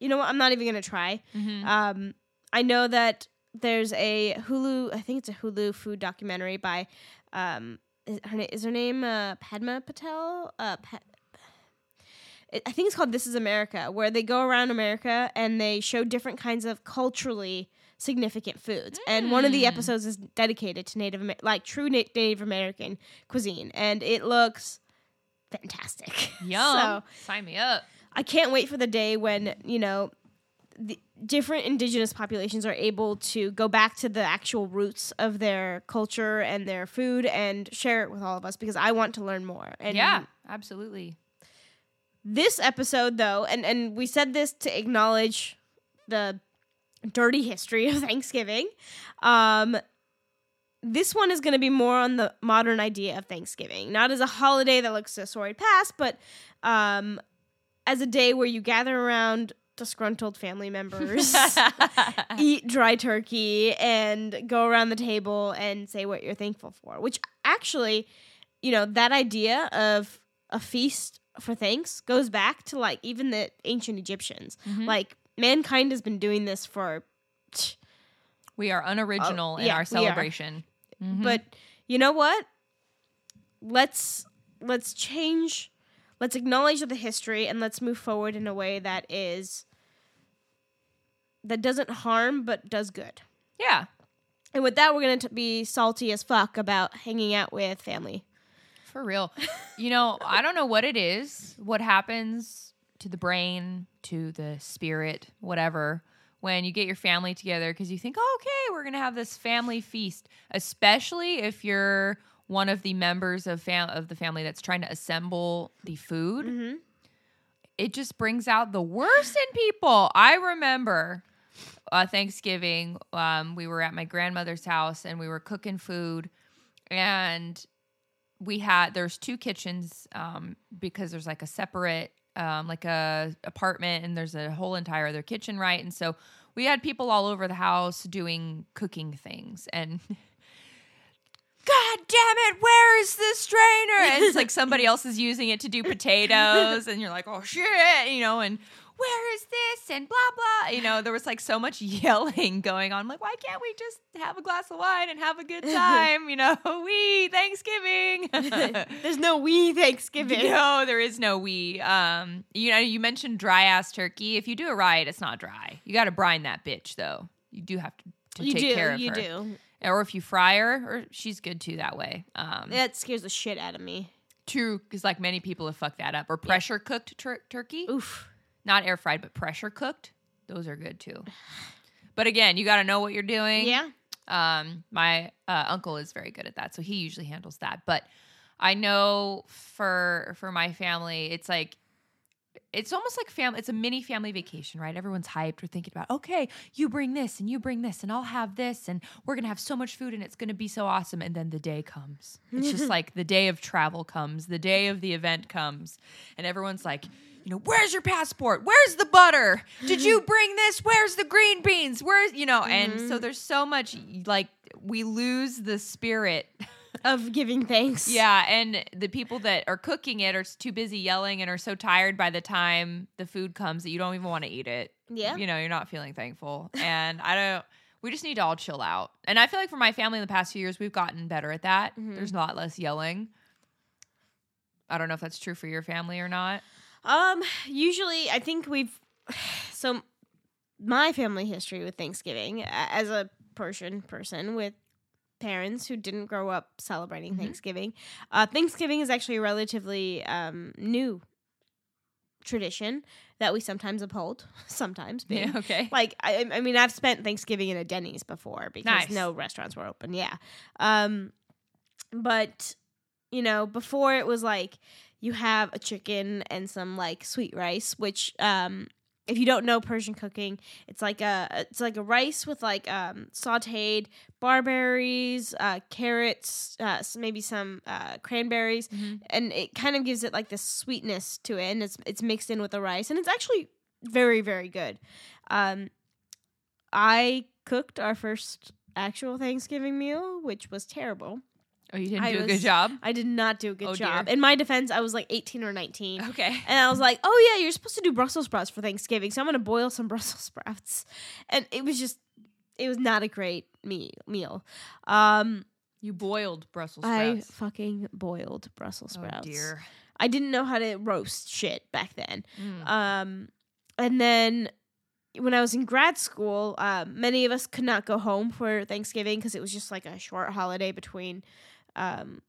[SPEAKER 2] you know what? I'm not even going to try.
[SPEAKER 1] Mhm.
[SPEAKER 2] Um, I know that there's a Hulu. I think it's a Hulu food documentary by um, is her, na- is her name uh, Padma Patel? Uh, pa- I I think it's called This Is America, where they go around America and they show different kinds of culturally significant foods. And one of the episodes is dedicated to Native, Amer- like true Na- Native American cuisine, and it looks fantastic. [laughs]
[SPEAKER 1] Yum. Sign me up.
[SPEAKER 2] I can't wait for the day when you know the different indigenous populations are able to go back to the actual roots of their culture and their food and share it with all of us because I want to learn more. And
[SPEAKER 1] yeah,
[SPEAKER 2] [laughs]
[SPEAKER 1] absolutely.
[SPEAKER 2] this episode though, and and we said this to acknowledge the dirty history of [laughs] Thanksgiving. Um this one is going to be more on the modern idea of Thanksgiving, not as a holiday that looks to a sordid past, but um, as a day where you gather around disgruntled family members, eat dry turkey, and go around the table and say what you're thankful for. Which actually, you know, that idea of a feast for thanks goes back to like even the ancient Egyptians.
[SPEAKER 1] Mhm.
[SPEAKER 2] Like mankind has been doing this for.
[SPEAKER 1] We are unoriginal
[SPEAKER 2] Oh,
[SPEAKER 1] in
[SPEAKER 2] yeah, we are.
[SPEAKER 1] our celebration. Mhm.
[SPEAKER 2] but you know what let's let's change let's acknowledge the history and let's move forward in a way that is that doesn't harm but does good
[SPEAKER 1] yeah,
[SPEAKER 2] and with that we're gonna t- be salty as fuck about hanging out with family
[SPEAKER 1] for real. You know, I don't know what it is, what happens to the brain, to the spirit, whatever, when you get your family together because you think, oh, okay, we're going to have this family feast, especially if you're one of the members of, fam- of the family that's trying to assemble the food.
[SPEAKER 2] mm-hmm.
[SPEAKER 1] it just brings out the worst in people. I remember uh, Thanksgiving, um, we were at my grandmother's house and we were cooking food, and we had there's two kitchens um, because there's like a separate um, like a apartment and there's a whole entire other kitchen, right? And so we had people all over the house doing cooking things and. [laughs] God damn it, where is this strainer? And it's like somebody else is using it to do potatoes, and you're like, oh shit, you know, and where is this? And blah, blah. You know, there was like so much [laughs] yelling going on. I'm like, why can't we just have a glass of wine and have a good time? You know, [laughs] we
[SPEAKER 2] [laughs]
[SPEAKER 1] Thanksgiving.
[SPEAKER 2] [laughs]
[SPEAKER 1] [laughs]
[SPEAKER 2] there's no we thanksgiving
[SPEAKER 1] No, there is no we. Um, you know, you mentioned dry ass turkey. If you do it right, it's not dry. You got to brine that bitch though. You do have to, to
[SPEAKER 2] you
[SPEAKER 1] take
[SPEAKER 2] do
[SPEAKER 1] care of
[SPEAKER 2] you
[SPEAKER 1] her.
[SPEAKER 2] do
[SPEAKER 1] Or if you fry her, or she's good too that way. Um,
[SPEAKER 2] that scares the shit out of me
[SPEAKER 1] True, because like many people have fucked that up. Or pressure cooked tur- turkey,
[SPEAKER 2] oof
[SPEAKER 1] not air fried, but pressure cooked. Those are good too. But again, you got to know what you're doing.
[SPEAKER 2] yeah
[SPEAKER 1] Um, my uh, uncle is very good at that, so he usually handles that. But I know for for my family, it's like it's almost like family. It's a mini family vacation, right? Everyone's hyped. We're thinking about okay, you bring this and you bring this, and I'll have this, and we're gonna have so much food, and it's gonna be so awesome. And then the day comes. It's just like the day of travel comes, the day of the event comes, and everyone's like. You know, where's your passport? Where's the butter? Did you bring this? Where's the green beans? Where's, you know, and so there's so much like we lose the spirit
[SPEAKER 2] of giving thanks
[SPEAKER 1] yeah, and the people that are cooking it are s- too busy yelling and are so tired by the time the food comes that you don't even want to eat it.
[SPEAKER 2] yeah
[SPEAKER 1] You know, you're not feeling thankful. And I don't we just need to all chill out. And I feel like for my family in the past few years we've gotten better at that.
[SPEAKER 2] Mm-hmm.
[SPEAKER 1] There's a lot less yelling. I don't know if that's true for your family or
[SPEAKER 2] [laughs]
[SPEAKER 1] not.
[SPEAKER 2] Um, usually I think we've [sighs] so my family history with Thanksgiving a- as a Persian person with parents who didn't grow up celebrating
[SPEAKER 1] Mhm.
[SPEAKER 2] Thanksgiving. Uh, Thanksgiving is actually a relatively um, new tradition that we sometimes uphold, [laughs] sometimes being
[SPEAKER 1] Yeah, [laughs] okay.
[SPEAKER 2] like I, I mean i've spent thanksgiving in a denny's before because
[SPEAKER 1] Nice.
[SPEAKER 2] no restaurants were open yeah um but you know before it was like you have a chicken and some like sweet rice which um if you don't know Persian cooking, it's like a it's like a rice with like um, sautéed barberries, uh, carrots, uh, s- maybe some uh, cranberries,
[SPEAKER 1] Mm-hmm.
[SPEAKER 2] and it kind of gives it like this sweetness to it, and it's it's mixed in with the rice, and it's actually very very good. Um, I cooked our first actual Thanksgiving meal, which was terrible.
[SPEAKER 1] Oh, you didn't
[SPEAKER 2] I
[SPEAKER 1] do a
[SPEAKER 2] was-
[SPEAKER 1] good
[SPEAKER 2] [laughs]
[SPEAKER 1] job.
[SPEAKER 2] I did not do a good
[SPEAKER 1] Oh, dear.
[SPEAKER 2] job. In my defense, I was like 18 or 19.
[SPEAKER 1] [laughs] Okay.
[SPEAKER 2] And I was like, oh yeah, you're supposed to do Brussels sprouts for Thanksgiving, so I'm gonna boil some [laughs] Brussels sprouts. And it was just, it was not a great me- meal. Um,
[SPEAKER 1] You boiled Brussels
[SPEAKER 2] I
[SPEAKER 1] sprouts.
[SPEAKER 2] fucking boiled Brussels
[SPEAKER 1] oh
[SPEAKER 2] sprouts.
[SPEAKER 1] dear.
[SPEAKER 2] I didn't know how to roast shit back then.
[SPEAKER 1] Mm.
[SPEAKER 2] Um, and then when I was in grad school, um, many of us could not go home for Thanksgiving because it was just like a short holiday between, um,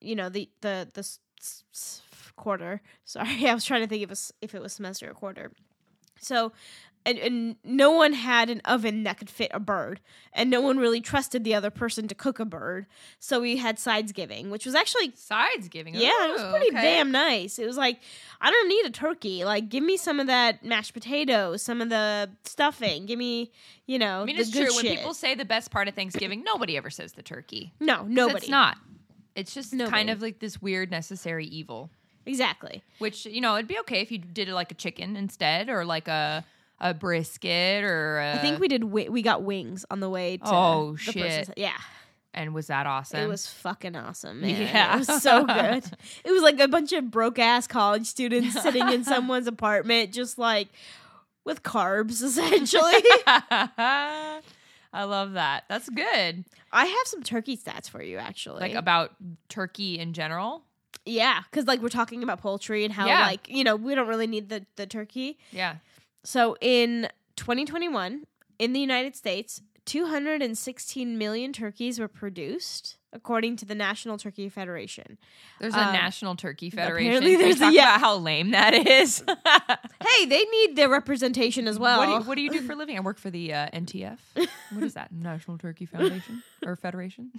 [SPEAKER 2] you know, the the the s- s- s- quarter. [laughs] Sorry, I was trying to think if it was, if it was semester or quarter. So. And, and no one had an oven that could fit a bird, and no one really trusted the other person to cook a bird. So we had sides giving, which was actually
[SPEAKER 1] Sides giving.
[SPEAKER 2] yeah, it was
[SPEAKER 1] Ooh,
[SPEAKER 2] pretty
[SPEAKER 1] Oh, okay.
[SPEAKER 2] damn nice. It was like, I don't need a turkey. Like, give me some of that mashed potatoes, some of the stuffing. Give me, you know,
[SPEAKER 1] I mean,
[SPEAKER 2] the
[SPEAKER 1] it's
[SPEAKER 2] good
[SPEAKER 1] true.
[SPEAKER 2] shit.
[SPEAKER 1] When people say the best part of Thanksgiving, nobody ever says the turkey.
[SPEAKER 2] no,
[SPEAKER 1] 'Cause
[SPEAKER 2] nobody.
[SPEAKER 1] It's not. It's just kind
[SPEAKER 2] Nobody.
[SPEAKER 1] of like this weird necessary evil.
[SPEAKER 2] exactly.
[SPEAKER 1] Which you know, it'd be okay if you did like a chicken instead, or like a a brisket, or I
[SPEAKER 2] I think we did. Wi- we got wings on the way. to
[SPEAKER 1] Uh, Oh,
[SPEAKER 2] the
[SPEAKER 1] shit.
[SPEAKER 2] person's- Yeah,
[SPEAKER 1] And was that awesome? [laughs]
[SPEAKER 2] it was fucking awesome. Man.
[SPEAKER 1] Yeah.
[SPEAKER 2] it was so
[SPEAKER 1] [laughs]
[SPEAKER 2] good. it was like a bunch of broke ass college students sitting in someone's apartment, just like with
[SPEAKER 1] [laughs]
[SPEAKER 2] carbs [laughs] essentially.
[SPEAKER 1] I love that. That's good.
[SPEAKER 2] I have some turkey stats for you, actually.
[SPEAKER 1] Like about turkey in general.
[SPEAKER 2] Yeah, because like we're talking about poultry and how
[SPEAKER 1] Yeah.
[SPEAKER 2] like you know we don't really need the the turkey.
[SPEAKER 1] Yeah.
[SPEAKER 2] So in 2021, in the United States, 216 million turkeys were produced, according to the National Turkey Federation.
[SPEAKER 1] There's a
[SPEAKER 2] Um,
[SPEAKER 1] National Turkey
[SPEAKER 2] apparently
[SPEAKER 1] Federation. Can we
[SPEAKER 2] there's a-
[SPEAKER 1] talk
[SPEAKER 2] yeah.
[SPEAKER 1] about how lame that is. [laughs]
[SPEAKER 2] Hey, they need their representation as
[SPEAKER 1] Uh,
[SPEAKER 2] well.
[SPEAKER 1] what, do you, what do you do
[SPEAKER 2] [laughs]
[SPEAKER 1] for a living? I work for the uh, NTF. What is that? National Turkey Foundation or
[SPEAKER 2] [laughs]
[SPEAKER 1] Federation?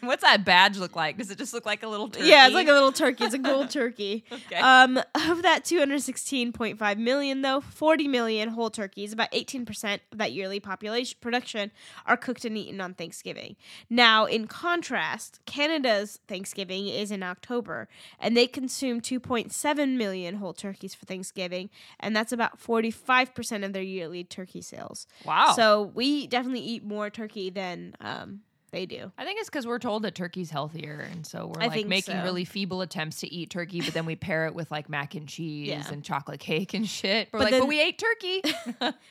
[SPEAKER 1] What's that badge look like? Does it just look like a little turkey?
[SPEAKER 2] Yeah, it's like a little turkey. It's a
[SPEAKER 1] [laughs]
[SPEAKER 2] gold turkey.
[SPEAKER 1] Okay.
[SPEAKER 2] Um, of that 216.5 million, though, 40 million whole turkeys, about 18% of that yearly population production, are cooked and eaten on Thanksgiving. Now, in contrast, Canada's Thanksgiving is in October, and they consume 2.7 million whole turkeys for Thanksgiving, and that's about 45% of their yearly turkey sales.
[SPEAKER 1] wow. So
[SPEAKER 2] So we definitely eat more turkey than um, they do.
[SPEAKER 1] I think it's because we're told that turkey's healthier, and so we're
[SPEAKER 2] I
[SPEAKER 1] like
[SPEAKER 2] think
[SPEAKER 1] making
[SPEAKER 2] so.
[SPEAKER 1] really feeble attempts to eat turkey, but then we pair it with like mac and cheese
[SPEAKER 2] Yeah.
[SPEAKER 1] and chocolate cake and shit. We're
[SPEAKER 2] But
[SPEAKER 1] like, but
[SPEAKER 2] then-
[SPEAKER 1] we ate turkey.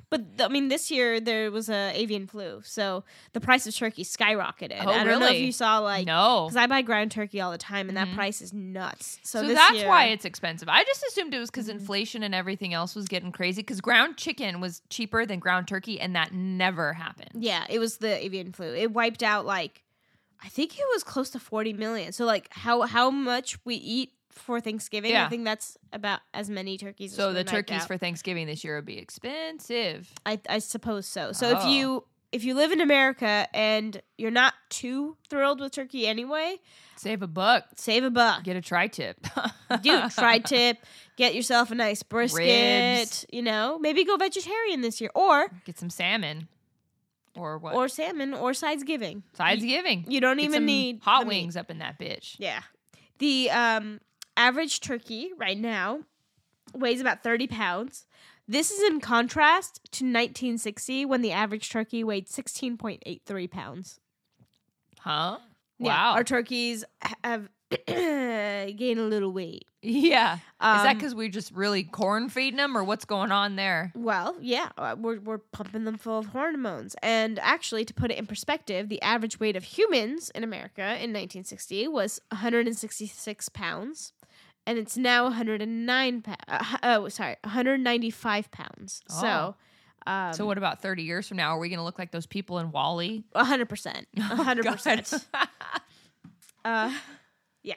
[SPEAKER 2] But th- I mean, this year there was a avian flu, so the price of turkey skyrocketed.
[SPEAKER 1] Oh,
[SPEAKER 2] I don't know if
[SPEAKER 1] really?
[SPEAKER 2] you saw [laughs]
[SPEAKER 1] [laughs]
[SPEAKER 2] like
[SPEAKER 1] no,
[SPEAKER 2] because I buy ground turkey all the time, and
[SPEAKER 1] Mhm.
[SPEAKER 2] that price is nuts. So,
[SPEAKER 1] So,
[SPEAKER 2] this
[SPEAKER 1] that's
[SPEAKER 2] year- Mm-hmm.
[SPEAKER 1] why it's expensive. I just assumed it was because inflation and everything else was getting crazy. Because ground chicken was cheaper than ground turkey, and that never happened.
[SPEAKER 2] yeah, it was the avian flu. It wiped out like I think it was close to forty million. So like how how much we eat for Thanksgiving?
[SPEAKER 1] Yeah.
[SPEAKER 2] I think that's about as many turkeys. as
[SPEAKER 1] So
[SPEAKER 2] we
[SPEAKER 1] the
[SPEAKER 2] wiped
[SPEAKER 1] turkeys
[SPEAKER 2] out.
[SPEAKER 1] for Thanksgiving this year would be expensive.
[SPEAKER 2] I, I suppose so. So if
[SPEAKER 1] Oh.
[SPEAKER 2] you if you live in America and you're not too thrilled with turkey anyway,
[SPEAKER 1] Save a buck,
[SPEAKER 2] save a buck.
[SPEAKER 1] get a tri
[SPEAKER 2] [laughs]
[SPEAKER 1] tip. [laughs]
[SPEAKER 2] Dude, try tip. Get yourself a nice brisket.
[SPEAKER 1] Ribs.
[SPEAKER 2] You know, maybe go vegetarian this year, or
[SPEAKER 1] Get some salmon or what?
[SPEAKER 2] or salmon or sides giving.
[SPEAKER 1] Sides giving.
[SPEAKER 2] You don't
[SPEAKER 1] Get
[SPEAKER 2] even
[SPEAKER 1] some
[SPEAKER 2] need
[SPEAKER 1] hot
[SPEAKER 2] the meat.
[SPEAKER 1] wings up in that bitch.
[SPEAKER 2] Yeah, the um average turkey right now weighs about thirty pounds. This is in contrast to 1960 when the average turkey weighed 16.83 pounds.
[SPEAKER 1] Huh?
[SPEAKER 2] Yeah,
[SPEAKER 1] Wow.
[SPEAKER 2] our turkeys ha- have [clears throat] gained a little weight.
[SPEAKER 1] Yeah. Is that
[SPEAKER 2] Um,
[SPEAKER 1] because we just really corn feeding them or what's going on there?
[SPEAKER 2] Well, yeah, uh, we're, we're pumping them full of hormones. And actually, to put it in perspective, the average weight of humans in America in 1960 was 166 pounds, and it's now 109 pounds. Uh, oh, sorry, 195 pounds.
[SPEAKER 1] Oh.
[SPEAKER 2] So, um,
[SPEAKER 1] so, what about 30 years from now? Are we going to look like those people in Wally? [laughs]
[SPEAKER 2] 100%.
[SPEAKER 1] Oh,
[SPEAKER 2] 100%. uh, yeah.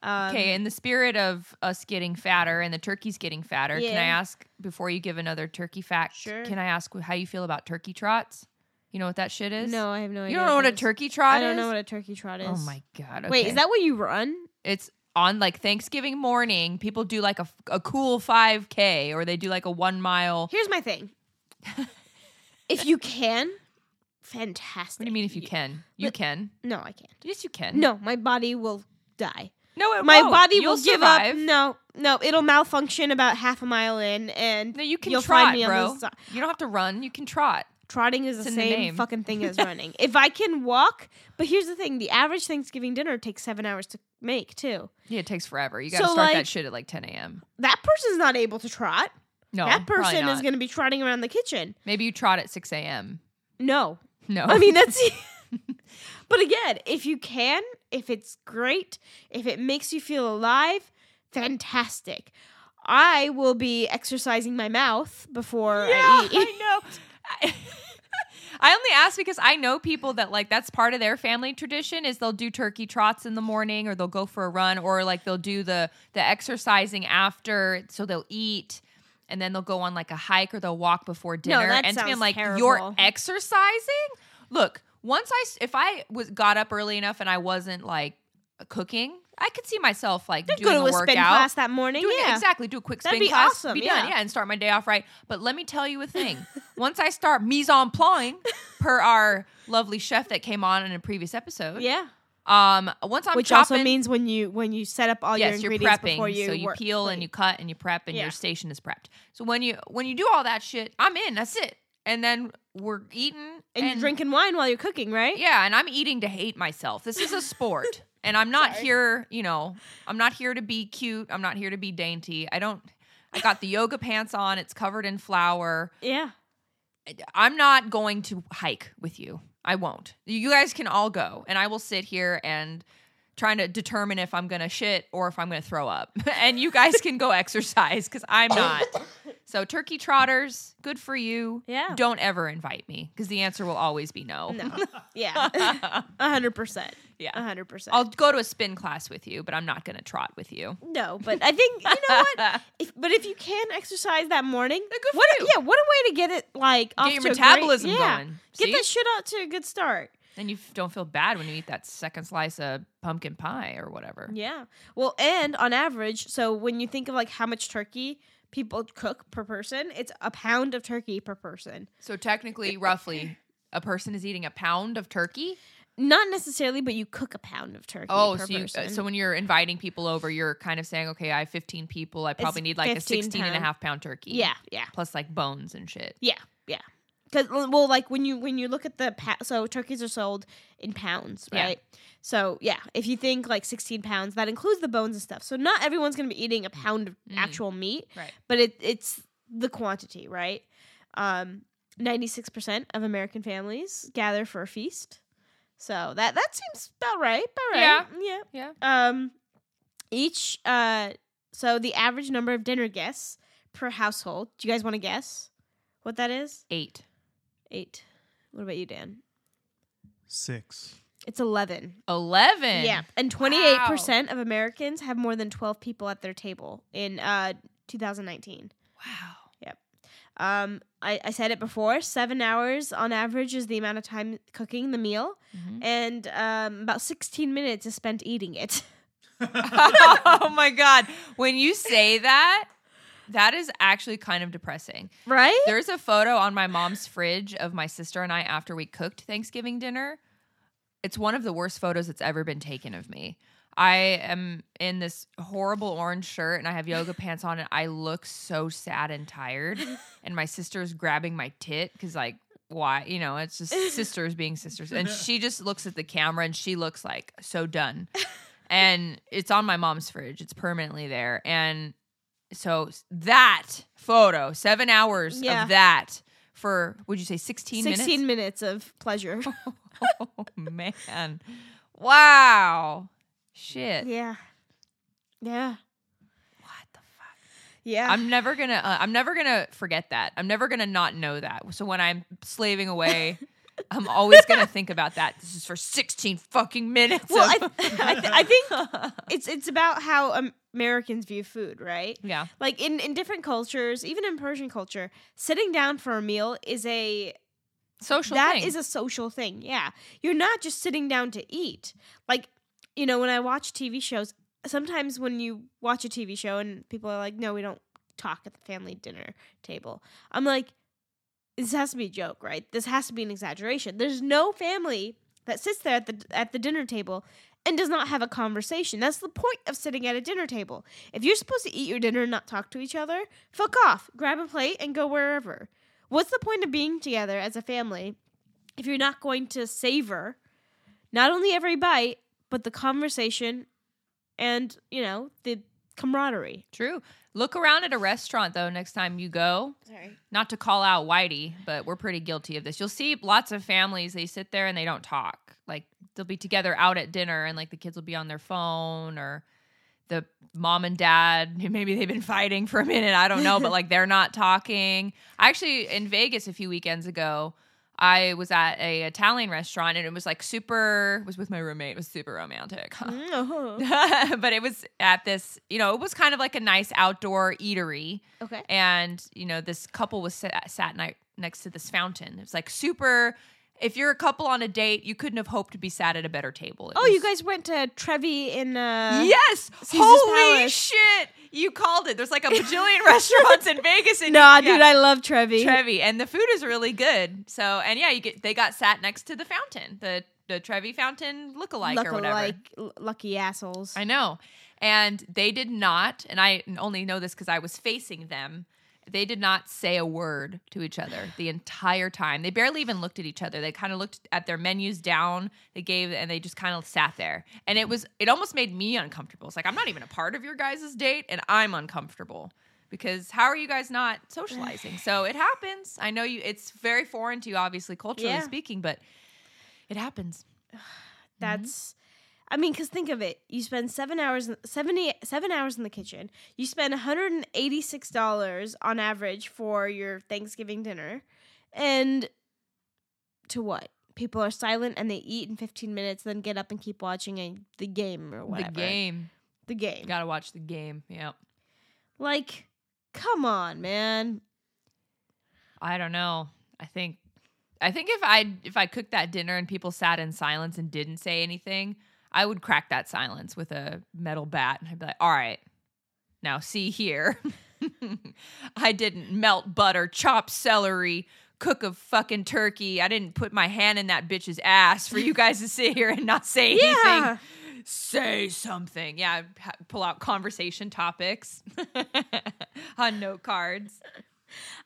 [SPEAKER 2] Um,
[SPEAKER 1] Okay, in the spirit of us getting fatter and the turkeys getting fatter, can
[SPEAKER 2] Yeah.
[SPEAKER 1] I ask before you give another turkey fact?
[SPEAKER 2] Sure.
[SPEAKER 1] Can I ask wh- how you feel about turkey trots? You know what that shit is?
[SPEAKER 2] No, I have no
[SPEAKER 1] you
[SPEAKER 2] idea.
[SPEAKER 1] don't know
[SPEAKER 2] if
[SPEAKER 1] what a
[SPEAKER 2] it is.
[SPEAKER 1] turkey trot
[SPEAKER 2] I don't
[SPEAKER 1] is.
[SPEAKER 2] know what a turkey trot is.
[SPEAKER 1] Oh my god!
[SPEAKER 2] Wait,
[SPEAKER 1] okay.
[SPEAKER 2] is that what you run?
[SPEAKER 1] it's on like Thanksgiving morning, people do like a, f- a cool 5K or they do like a one mile.
[SPEAKER 2] Here's
[SPEAKER 1] [laughs]
[SPEAKER 2] my thing. if you can, fantastic.
[SPEAKER 1] What do you mean if you can? You
[SPEAKER 2] But-
[SPEAKER 1] can.
[SPEAKER 2] No, I can't.
[SPEAKER 1] Yes, you can.
[SPEAKER 2] No, my body will die.
[SPEAKER 1] No, it
[SPEAKER 2] My
[SPEAKER 1] won't.
[SPEAKER 2] body
[SPEAKER 1] Oh, You'll
[SPEAKER 2] will give
[SPEAKER 1] survive.
[SPEAKER 2] up. No, no, it'll malfunction about half a mile in, and
[SPEAKER 1] No, you can
[SPEAKER 2] will
[SPEAKER 1] trot,
[SPEAKER 2] find me
[SPEAKER 1] bro.
[SPEAKER 2] on the si-
[SPEAKER 1] you don't have to run. You can trot.
[SPEAKER 2] trotting is the
[SPEAKER 1] It's in the
[SPEAKER 2] same
[SPEAKER 1] name.
[SPEAKER 2] fucking
[SPEAKER 1] [laughs]
[SPEAKER 2] thing as running. If I can walk, but here's the thing: the average Thanksgiving dinner takes seven hours to make too.
[SPEAKER 1] Yeah, it takes forever. You got to
[SPEAKER 2] So,
[SPEAKER 1] start
[SPEAKER 2] like-
[SPEAKER 1] that shit at like 10 a.m.
[SPEAKER 2] That person's not able to trot.
[SPEAKER 1] No,
[SPEAKER 2] that
[SPEAKER 1] probably
[SPEAKER 2] person is
[SPEAKER 1] not.
[SPEAKER 2] going to be trotting around the kitchen.
[SPEAKER 1] Maybe you trot at 6 a.m.
[SPEAKER 2] No,
[SPEAKER 1] No, [laughs]
[SPEAKER 2] I mean that's. [laughs] but again, if you can, if it's great, if it makes you feel alive, fantastic. I will be exercising my mouth before I eat.
[SPEAKER 1] I know. I- I only ask because I know people that like that's part of their family tradition is they'll do turkey trots in the morning or they'll go for a run or like they'll do the the exercising after so they'll eat and then they'll go on like a hike or they'll walk before dinner
[SPEAKER 2] that
[SPEAKER 1] and to me I'm
[SPEAKER 2] sounds
[SPEAKER 1] like
[SPEAKER 2] terrible.
[SPEAKER 1] you're exercising? Look, once I s- if I was got up early enough and I wasn't like cooking, I could see myself like doing
[SPEAKER 2] [laughs] Go
[SPEAKER 1] a
[SPEAKER 2] to a
[SPEAKER 1] workout
[SPEAKER 2] spin class that morning.
[SPEAKER 1] doing
[SPEAKER 2] yeah,
[SPEAKER 1] exactly do a quick
[SPEAKER 2] That'd
[SPEAKER 1] spin
[SPEAKER 2] be
[SPEAKER 1] class
[SPEAKER 2] awesome,
[SPEAKER 1] be done
[SPEAKER 2] yeah.
[SPEAKER 1] yeah and start my day off right but let me tell you a thing [laughs] once i start mise en ploying
[SPEAKER 2] [laughs]
[SPEAKER 1] per our lovely chef that came on in a previous episode
[SPEAKER 2] yeah.
[SPEAKER 1] um once i'm
[SPEAKER 2] Which
[SPEAKER 1] chopping
[SPEAKER 2] also means when you when you set up all
[SPEAKER 1] yes
[SPEAKER 2] your
[SPEAKER 1] you're
[SPEAKER 2] ingredients
[SPEAKER 1] prepping
[SPEAKER 2] before you
[SPEAKER 1] so you
[SPEAKER 2] work-
[SPEAKER 1] peel
[SPEAKER 2] plate.
[SPEAKER 1] and you cut and you prep and
[SPEAKER 2] Yeah.
[SPEAKER 1] your station is prepped so when you when you do all that shit i'm in that's it and then we're eating
[SPEAKER 2] and, you're drinking wine while you're cooking, right?
[SPEAKER 1] yeah and i'm eating to hate myself this is a
[SPEAKER 2] [laughs]
[SPEAKER 1] sport and i'm not here you know i'm not here to be cute i'm not here to be dainty i don't i got the yoga pants on it's covered in flour
[SPEAKER 2] Yeah.
[SPEAKER 1] i'm not going to hike with you i won't you guys can all go and i will sit here and trying to determine if i'm gonna shit or if i'm gonna throw up [laughs] and you guys can go exercise because
[SPEAKER 2] Oh.
[SPEAKER 1] i'm not so turkey trotters good for you
[SPEAKER 2] Yeah.
[SPEAKER 1] don't ever invite me because the answer will always be
[SPEAKER 2] No. Yeah. [laughs]
[SPEAKER 1] [laughs]
[SPEAKER 2] A hundred percent.
[SPEAKER 1] Yeah.
[SPEAKER 2] A hundred percent.
[SPEAKER 1] I'll go to a spin class with you, but I'm not going to trot with you.
[SPEAKER 2] No, but I think you know
[SPEAKER 1] [laughs]
[SPEAKER 2] what. If, but if you can exercise that morning,
[SPEAKER 1] good for
[SPEAKER 2] what? a-
[SPEAKER 1] you.
[SPEAKER 2] Yeah, what a way to get it like off
[SPEAKER 1] your
[SPEAKER 2] to a great-
[SPEAKER 1] metabolism
[SPEAKER 2] yeah.
[SPEAKER 1] going.
[SPEAKER 2] Get
[SPEAKER 1] See?
[SPEAKER 2] that shit out to a good start.
[SPEAKER 1] Then you f- don't feel bad when you eat that second slice of pumpkin pie or whatever.
[SPEAKER 2] Yeah. Well, and on average, so when you think of like how much turkey people cook per person, it's a pound of turkey per person.
[SPEAKER 1] So technically, roughly, a person is eating a pound of turkey.
[SPEAKER 2] Not necessarily, but you cook a pound of turkey.
[SPEAKER 1] Oh,
[SPEAKER 2] per
[SPEAKER 1] so you,
[SPEAKER 2] person.
[SPEAKER 1] so when you're inviting people over, you're kind of saying, okay, I have 15 people. I probably need like a
[SPEAKER 2] 15
[SPEAKER 1] 16 and a
[SPEAKER 2] pound.
[SPEAKER 1] half pound turkey.
[SPEAKER 2] yeah, yeah,
[SPEAKER 1] Plus like bones and shit.
[SPEAKER 2] yeah, yeah. Because well, like when you when you look at the pa- so turkeys are sold in pounds,
[SPEAKER 1] Yeah.
[SPEAKER 2] right? So yeah, if you think like sixteen pounds, that includes the bones and stuff. So not everyone's gonna be eating a pound of
[SPEAKER 1] Mm.
[SPEAKER 2] actual meat,
[SPEAKER 1] Right.
[SPEAKER 2] but it it's the quantity, right? Um, ninety six percent of American families gather for a feast, so that that seems about right. About right. Yeah.
[SPEAKER 1] Yeah.
[SPEAKER 2] Um, each uh, so the average number of dinner guests per household. Do you guys want to guess what that is?
[SPEAKER 1] Eight.
[SPEAKER 2] Eight. What about you, Dan?
[SPEAKER 3] Six.
[SPEAKER 2] It's eleven.
[SPEAKER 1] 11.
[SPEAKER 2] Yeah, and twenty-eight percent of Americans have more than twelve people at their table in uh, 2019.
[SPEAKER 1] Wow.
[SPEAKER 2] Um, I, I said it before. Seven hours on average is the amount of time cooking the meal,
[SPEAKER 1] Mhm.
[SPEAKER 2] and um, about 16 minutes is spent eating it.
[SPEAKER 1] [laughs]
[SPEAKER 2] [laughs]
[SPEAKER 1] oh my God. When you say that, that is actually kind of depressing.
[SPEAKER 2] Right?
[SPEAKER 1] There's a photo on my mom's fridge of my sister and I after we cooked Thanksgiving dinner. It's one of the worst photos that's ever been taken of me. I am in this horrible orange shirt and I have yoga pants on and I look so sad and tired. And my sister's grabbing my tit because, like, why? You know, it's
[SPEAKER 2] [laughs]
[SPEAKER 1] just sisters being sisters. And she just looks at the camera and she looks like so done. And it's on my mom's fridge, it's permanently there. And so s- that photo, seven hours
[SPEAKER 2] Yeah.
[SPEAKER 1] of that for would you say sixteen,
[SPEAKER 2] 16
[SPEAKER 1] minutes?
[SPEAKER 2] minutes of pleasure.
[SPEAKER 1] [laughs] oh man. Wow. Shit.
[SPEAKER 2] [laughs] Yeah. Yeah.
[SPEAKER 1] What the fuck?
[SPEAKER 2] Yeah.
[SPEAKER 1] I'm never gonna uh, I'm never gonna forget that. I'm never gonna not know that. So when I'm slaving
[SPEAKER 2] [laughs]
[SPEAKER 1] away, I'm always gonna think about that. This is for sixteen fucking minutes.
[SPEAKER 2] [laughs] well, I,
[SPEAKER 1] [laughs] of-
[SPEAKER 2] I, th- I think it's it's about how Am- Americans view food, right?
[SPEAKER 1] Yeah.
[SPEAKER 2] Like in, in different cultures, even in Persian culture, sitting down for a meal is a
[SPEAKER 1] Social
[SPEAKER 2] That
[SPEAKER 1] thing.
[SPEAKER 2] is a social thing. Yeah. You're not just sitting down to eat. Like, you know, when I watch TV shows, sometimes when you watch a TV show and people are like, no, we don't talk at the family dinner table, I'm like, this has to be a joke, right? This has to be an exaggeration. There's no family that sits there at the at the dinner table and does not have a conversation. That's the point of sitting at a dinner table. If you're supposed to eat your dinner and not talk to each other, fuck off. Grab a plate and go wherever. What's the point of being together as a family if you're not going to savor not only every bite, but the conversation and, you know, the camaraderie?
[SPEAKER 1] True. Look around at a restaurant though next time you go.
[SPEAKER 2] Sorry.
[SPEAKER 1] Not to call out Whitey, but we're pretty guilty of this. You'll see lots of families, they sit there and they don't talk. Like they'll be together out at dinner and like the kids will be on their phone or the mom and dad, [laughs] maybe they've been fighting for a minute, I don't know, but like they're not talking. Actually, in Vegas a few weekends ago, I was at a Italian restaurant and it was like super was with my roommate, it was super romantic. [laughs]
[SPEAKER 2] Mm-hmm. [laughs]
[SPEAKER 1] but it was at this, you know, it was kind of like a nice outdoor eatery.
[SPEAKER 2] Okay.
[SPEAKER 1] And, you know, this couple was sat, sat ni- next to this fountain. It was like super. If you're a couple on a date, you couldn't have hoped to be sat at a better table. It
[SPEAKER 2] Oh, you
[SPEAKER 1] was-
[SPEAKER 2] guys went to Trevi in uh
[SPEAKER 1] Yes!
[SPEAKER 2] Caesar's
[SPEAKER 1] Holy
[SPEAKER 2] Palace.
[SPEAKER 1] shit! You called it. There's like a
[SPEAKER 2] [laughs]
[SPEAKER 1] bajillion restaurants in Vegas. And
[SPEAKER 2] Nah,
[SPEAKER 1] you- yeah.
[SPEAKER 2] dude, I love Trevi.
[SPEAKER 1] Trevi, and the food is really good. So, and yeah, you get they got sat next to the fountain, the the Trevi fountain lookalike or whatever.
[SPEAKER 2] Look-alike, l- lucky assholes.
[SPEAKER 1] I know. And they did not, and I only know this because I was facing them. They did not say a word to each other the entire time. They barely even looked at each other. They kind of looked at their menus down. They gave and they just kind of sat there. And it was it almost made me uncomfortable. It's like I'm not even a part of your guys' date and I'm uncomfortable because how are you guys not socializing? So it happens. I know you it's very foreign to you obviously culturally
[SPEAKER 2] Yeah.
[SPEAKER 1] speaking, but it happens. Mm-hmm.
[SPEAKER 2] That's, I mean, because think of it. You spend seven hours, 70, seven hours in the kitchen. You spend $186 on average for your Thanksgiving dinner. And to what? People are silent and they eat in 15 minutes, then get up and keep watching a, the game or whatever.
[SPEAKER 1] The game.
[SPEAKER 2] The game.
[SPEAKER 1] You got to watch the game. Yep.
[SPEAKER 2] Like, come on, man.
[SPEAKER 1] I don't know. I think I think if I if I cooked that dinner and people sat in silence and didn't say anything, I would crack that silence with a metal bat and I'd be like, "All right. Now see here. [laughs] I didn't melt butter, chop celery, cook a fucking turkey. I didn't put my hand in that bitch's ass for you guys to sit here and not say anything.
[SPEAKER 2] [laughs] Yeah.
[SPEAKER 1] Say something. Yeah, ha- pull out conversation topics [laughs] on note cards.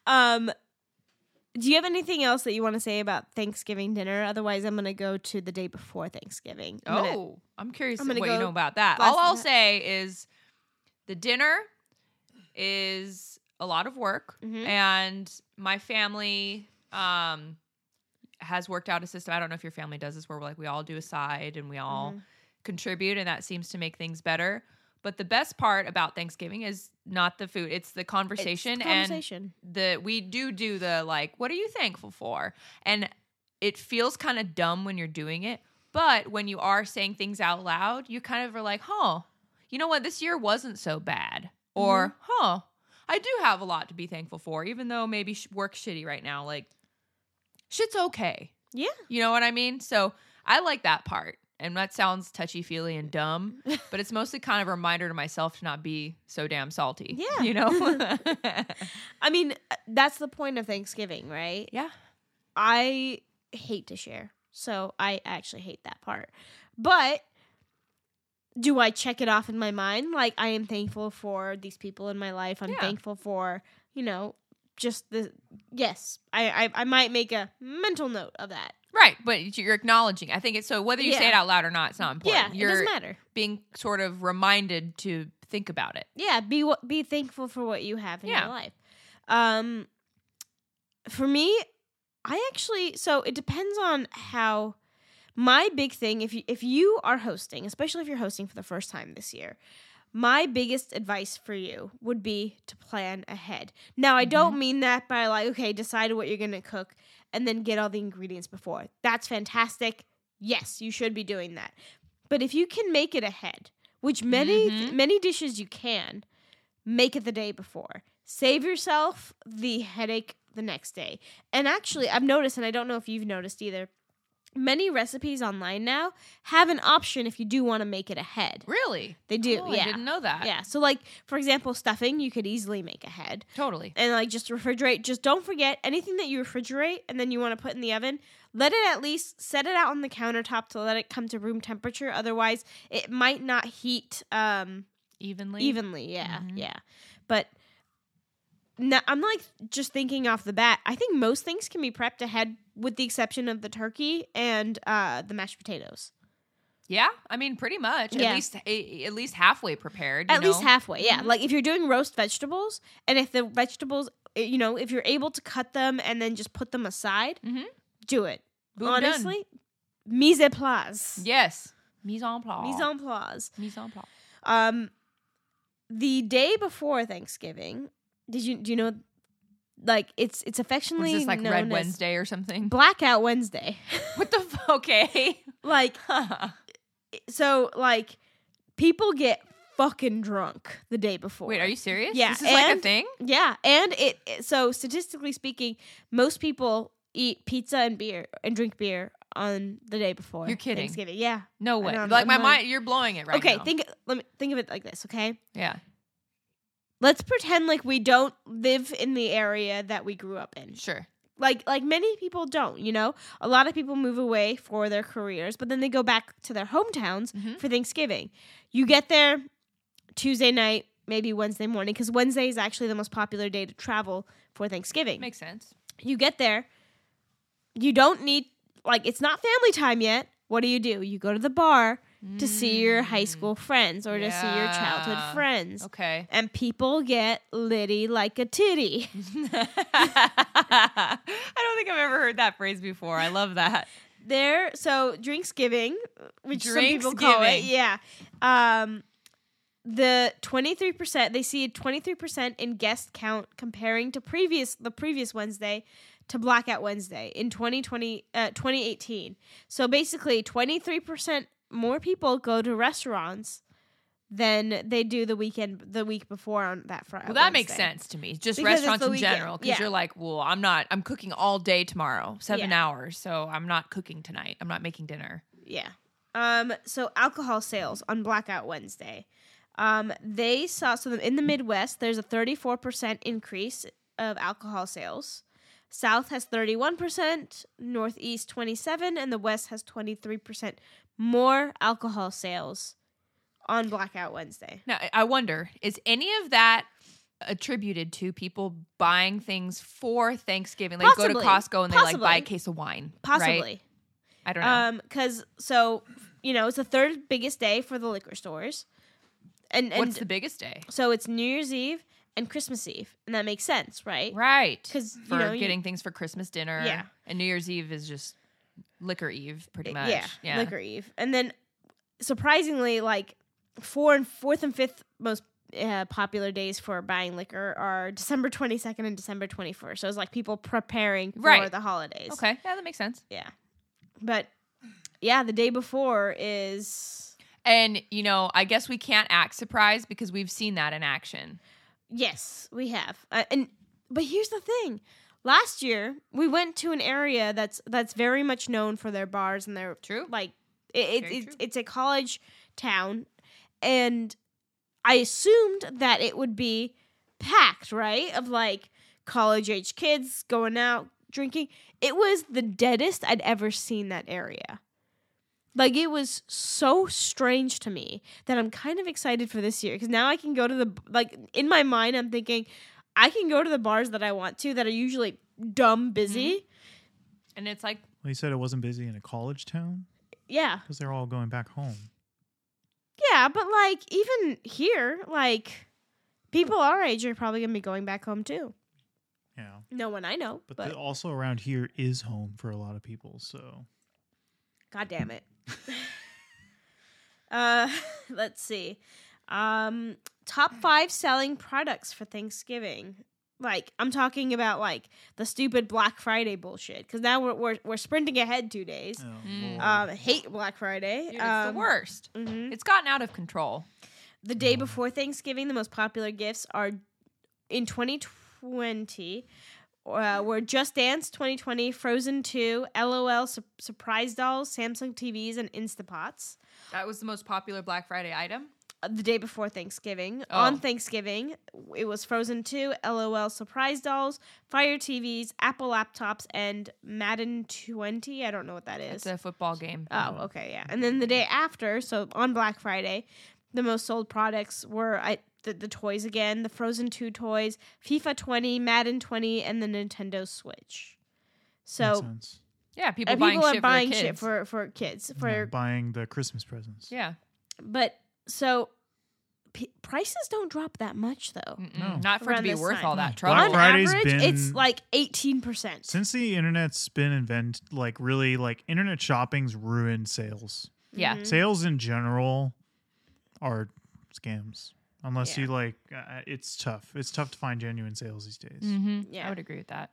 [SPEAKER 2] Um, do you have anything else that you want to say about Thanksgiving dinner? Otherwise, I'm going to go to the day before Thanksgiving. I'm gonna-
[SPEAKER 1] oh, I'm curious
[SPEAKER 2] I'm
[SPEAKER 1] what
[SPEAKER 2] gonna
[SPEAKER 1] you
[SPEAKER 2] go
[SPEAKER 1] know about that.
[SPEAKER 2] last
[SPEAKER 1] All I'll
[SPEAKER 2] minute.
[SPEAKER 1] say is the dinner is a lot of work,
[SPEAKER 2] Mhm.
[SPEAKER 1] and my family um, has worked out a system. I don't know if your family does this, where we're like we all do a side and we all
[SPEAKER 2] Mm-hmm.
[SPEAKER 1] contribute, and that seems to make things better. But the best part about Thanksgiving is not the food; it's the
[SPEAKER 2] It's
[SPEAKER 1] conversation, and
[SPEAKER 2] conversation.
[SPEAKER 1] the we do do the like what are you thankful for and it feels kind of dumb when you're doing it but when you are saying things out loud you kind of are like huh you know what this year wasn't so bad or
[SPEAKER 2] Mm-hmm.
[SPEAKER 1] huh i do have a lot to be thankful for even though maybe sh- work's shitty right now like shit's okay
[SPEAKER 2] Yeah.
[SPEAKER 1] you know what I mean? So I like that part. And that sounds touchy feely and
[SPEAKER 2] [laughs]
[SPEAKER 1] dumb, but it's mostly kind of a reminder to myself to not be so damn salty.
[SPEAKER 2] Yeah.
[SPEAKER 1] You
[SPEAKER 2] [laughs]
[SPEAKER 1] know? [laughs]
[SPEAKER 2] I mean, uh, that's the point of Thanksgiving, right?
[SPEAKER 1] yeah.
[SPEAKER 2] I hate to share. So I actually hate that part. But do I check it off in my mind? Like, I am thankful for these people in my life. I'm
[SPEAKER 1] Yeah.
[SPEAKER 2] thankful for, you know, just the. Yes, I, I, I might make a mental note of that.
[SPEAKER 1] Right. But you're acknowledging. I think it's so whether you say
[SPEAKER 2] Yeah.
[SPEAKER 1] it out loud or not, it's not important.
[SPEAKER 2] Yeah,
[SPEAKER 1] you're
[SPEAKER 2] it doesn't matter.
[SPEAKER 1] being sort of reminded to think about it.
[SPEAKER 2] yeah be what be thankful for what you have in
[SPEAKER 1] Yeah.
[SPEAKER 2] your life um for me i actually so it depends on how my big thing if you if you are hosting especially if you're hosting for the first time this year my biggest advice for you would be to plan ahead now i don't mean that by like okay decide what you're going to cook and then get all the ingredients before that's fantastic yes you should be doing that but if you can make it ahead which many
[SPEAKER 1] Mhm.
[SPEAKER 2] many dishes you can make it the day before save yourself the headache the next day and actually i've noticed and i don't know if you've noticed either many recipes online now have an option if you do want to make it ahead.
[SPEAKER 1] Really?
[SPEAKER 2] They do,
[SPEAKER 1] Oh, I
[SPEAKER 2] yeah.
[SPEAKER 1] didn't know that.
[SPEAKER 2] Yeah. So like for example, stuffing you could easily make ahead.
[SPEAKER 1] Totally.
[SPEAKER 2] And like just refrigerate. Just don't forget anything that you refrigerate and then you want to put in the oven, let it at least set it out on the countertop to let it come to room temperature. Otherwise it might not heat um
[SPEAKER 1] Evenly.
[SPEAKER 2] evenly. Yeah.
[SPEAKER 1] Mhm.
[SPEAKER 2] Yeah. But no, I'm like just thinking off the bat. I think most things can be prepped ahead, with the exception of the turkey and uh, the mashed potatoes.
[SPEAKER 1] Yeah. I mean, pretty much. At
[SPEAKER 2] Yeah.
[SPEAKER 1] least a- at least halfway prepared. you
[SPEAKER 2] at least
[SPEAKER 1] know?
[SPEAKER 2] halfway yeah
[SPEAKER 1] Mhm.
[SPEAKER 2] like if you're doing roast vegetables and if the vegetables eh, you know if you're able to cut them and then just put them aside
[SPEAKER 1] Mhm.
[SPEAKER 2] do it
[SPEAKER 1] Boom, done.
[SPEAKER 2] honestly mise en place
[SPEAKER 1] Yes. Mise en place.
[SPEAKER 2] mise en place
[SPEAKER 1] Mise en place.
[SPEAKER 2] um the day before thanksgiving did you do you know like it's it's
[SPEAKER 1] What
[SPEAKER 2] affectionately
[SPEAKER 1] is this like
[SPEAKER 2] known
[SPEAKER 1] Red
[SPEAKER 2] as
[SPEAKER 1] Wednesday or something?
[SPEAKER 2] blackout wednesday [laughs]
[SPEAKER 1] What the f- okay? [laughs]
[SPEAKER 2] like
[SPEAKER 1] Wait,
[SPEAKER 2] so like people get fucking drunk the day before
[SPEAKER 1] are you serious?
[SPEAKER 2] Yeah,
[SPEAKER 1] This is like a
[SPEAKER 2] and-
[SPEAKER 1] thing?
[SPEAKER 2] Yeah, and it, it- so statistically speaking, most people eat pizza and beer and drink beer on the day before.
[SPEAKER 1] You're kidding.
[SPEAKER 2] Thanksgiving. Yeah.
[SPEAKER 1] No way.
[SPEAKER 2] don't-
[SPEAKER 1] Like
[SPEAKER 2] I'm
[SPEAKER 1] my
[SPEAKER 2] not-
[SPEAKER 1] mind you're blowing it right
[SPEAKER 2] okay,
[SPEAKER 1] now.
[SPEAKER 2] think let me think of it like this, okay?
[SPEAKER 1] yeah.
[SPEAKER 2] Let's pretend like we don't live in the area that we grew up in.
[SPEAKER 1] Sure.
[SPEAKER 2] Like like many people don't, you know? A lot of people move away for their careers, but then they go back to their hometowns
[SPEAKER 1] Mhm.
[SPEAKER 2] for Thanksgiving. You get there Tuesday night, maybe Wednesday morning cuz Wednesday is actually the most popular day to travel for Thanksgiving.
[SPEAKER 1] Makes sense.
[SPEAKER 2] you get there you don't need like it's not family time yet what do you do you go to the bar to see your high
[SPEAKER 1] Mm,
[SPEAKER 2] school friends or to see your
[SPEAKER 1] Yeah.
[SPEAKER 2] childhood friends
[SPEAKER 1] Okay.
[SPEAKER 2] and people get litty like a titty [laughs]
[SPEAKER 1] I don't think I've ever heard that phrase before. I love that.
[SPEAKER 2] there so drinksgiving which some people call it
[SPEAKER 1] Drinksgiving.
[SPEAKER 2] yeah um the 23% they see a 23% in guest count comparing to previous the previous wednesday to blackout wednesday in 2020 uh, 2018 so basically 23% more people go to restaurants than they do the weekend the week before on that
[SPEAKER 1] [laughs]
[SPEAKER 2] friday
[SPEAKER 1] Well, that makes sense to me. Just
[SPEAKER 2] Because it's
[SPEAKER 1] restaurants
[SPEAKER 2] the
[SPEAKER 1] in
[SPEAKER 2] weekend.
[SPEAKER 1] general, because
[SPEAKER 2] Yeah.
[SPEAKER 1] you're like, well, I'm not. I'm cooking all day tomorrow, seven
[SPEAKER 2] Yeah.
[SPEAKER 1] hours. So I'm not cooking tonight. I'm not making dinner.
[SPEAKER 2] Yeah. Um, so alcohol sales on Blackout Wednesday. Um, they saw so in the Midwest there's a 34% increase of alcohol sales. South has 31%, Northeast 27 and the West has 23% more alcohol sales on Blackout Wednesday.
[SPEAKER 1] Now, I- I wonder, is any of that attributed to people buying things for Thanksgiving? Like go
[SPEAKER 2] Possibly.
[SPEAKER 1] to Costco and they like buy a
[SPEAKER 2] Possibly.
[SPEAKER 1] case of wine. right?
[SPEAKER 2] Possibly.
[SPEAKER 1] I don't know.
[SPEAKER 2] Um, 'cause cuz so you know, it's the third biggest day for the liquor stores. And and
[SPEAKER 1] What's the biggest day?
[SPEAKER 2] so it's New Year's Eve and Christmas Eve, and that makes sense, right?
[SPEAKER 1] Right.
[SPEAKER 2] 'Cause, you
[SPEAKER 1] for
[SPEAKER 2] know, you-
[SPEAKER 1] getting things for Christmas dinner.
[SPEAKER 2] Yeah.
[SPEAKER 1] And New Year's Eve is just liquor eve, pretty much.
[SPEAKER 2] Yeah, Liquor Eve, and then surprisingly, like four and fourth and fifth most uh, popular days for buying liquor are December twenty second and December twenty first. So it's like people preparing for
[SPEAKER 1] Right.
[SPEAKER 2] the holidays.
[SPEAKER 1] Okay. Yeah, that makes sense.
[SPEAKER 2] Yeah, but yeah, the day before is
[SPEAKER 1] And you know, I guess we can't act surprised because we've seen that in action.
[SPEAKER 2] yes, we have, uh, and but here's the thing. Last year, we went to an area that's that's very much known for their bars and their
[SPEAKER 1] True.
[SPEAKER 2] like it, it,
[SPEAKER 1] Very
[SPEAKER 2] it's
[SPEAKER 1] true.
[SPEAKER 2] it's a college town and i assumed that it would be packed right of like college age kids going out drinking it was the deadest i'd ever seen that area like it was so strange to me that i'm kind of excited for this year because now i can go to the like in my mind i'm thinking i can go to the bars that i want to that are usually dumb busy
[SPEAKER 1] Mm-hmm. And it's like,
[SPEAKER 3] Well, you said it wasn't busy in a college town
[SPEAKER 2] yeah
[SPEAKER 3] because they're all going back home.
[SPEAKER 2] Yeah, but like even here, like people our age are probably gonna be going back home too.
[SPEAKER 3] Yeah.
[SPEAKER 2] No one I know,
[SPEAKER 3] But,
[SPEAKER 2] but,
[SPEAKER 3] the- also around here is home for a lot of people. So
[SPEAKER 2] god damn it. [laughs] uh, [laughs] let's see. Um, top five selling products for Thanksgiving. Like I'm talking about like the stupid Black Friday bullshit because now we're, we're we're sprinting ahead two days.
[SPEAKER 3] oh,
[SPEAKER 1] Mm.
[SPEAKER 3] Lord.
[SPEAKER 2] Um, I hate Black Friday.
[SPEAKER 1] dude, it's
[SPEAKER 2] um,
[SPEAKER 1] the worst.
[SPEAKER 2] mhm.
[SPEAKER 1] It's gotten out of control.
[SPEAKER 2] The
[SPEAKER 1] Mm.
[SPEAKER 2] day before Thanksgiving, the most popular gifts are in 2020 uh, were Just Dance 2020, Frozen 2, LOL, Sur- Surprise Dolls, Samsung TVs, and Instapots.
[SPEAKER 1] That was the most popular Black Friday item.
[SPEAKER 2] Uh, The day before Thanksgiving,
[SPEAKER 1] Oh.
[SPEAKER 2] on Thanksgiving, it was Frozen 2, LOL, Surprise Dolls, Fire TVs, Apple laptops, and Madden 20. I don't know what that is.
[SPEAKER 1] It's a football game.
[SPEAKER 3] Mm-hmm.
[SPEAKER 2] Oh, okay, yeah. And then the day after, so on Black Friday, the most sold products were I, the, the toys again, the Frozen 2 toys, FIFA 20, Madden 20, and the Nintendo Switch.
[SPEAKER 3] Makes
[SPEAKER 2] So
[SPEAKER 3] sense.
[SPEAKER 1] Yeah, people
[SPEAKER 2] and
[SPEAKER 1] buying
[SPEAKER 2] people
[SPEAKER 1] shit
[SPEAKER 2] are buying
[SPEAKER 1] for their
[SPEAKER 2] shit
[SPEAKER 1] kids.
[SPEAKER 2] for, for kids. For
[SPEAKER 3] Yeah, buying the Christmas presents.
[SPEAKER 1] yeah,
[SPEAKER 2] but so p- prices don't drop that much though.
[SPEAKER 1] Mm-mm.
[SPEAKER 3] No.
[SPEAKER 1] not for it to
[SPEAKER 2] Around
[SPEAKER 1] be
[SPEAKER 2] this
[SPEAKER 1] worth
[SPEAKER 2] time.
[SPEAKER 1] all that
[SPEAKER 3] Black
[SPEAKER 1] trouble.
[SPEAKER 2] on
[SPEAKER 3] Friday's
[SPEAKER 2] average, it's
[SPEAKER 3] been-
[SPEAKER 2] like eighteen percent.
[SPEAKER 3] Since the internet's been invented, like really, like internet shopping's ruined sales.
[SPEAKER 1] Yeah,
[SPEAKER 2] Mm-hmm.
[SPEAKER 3] Sales in general are scams. Unless
[SPEAKER 2] Yeah.
[SPEAKER 3] you like, uh, it's tough. It's tough to find genuine sales these days.
[SPEAKER 1] hmm
[SPEAKER 2] Yeah.
[SPEAKER 1] I would agree with that.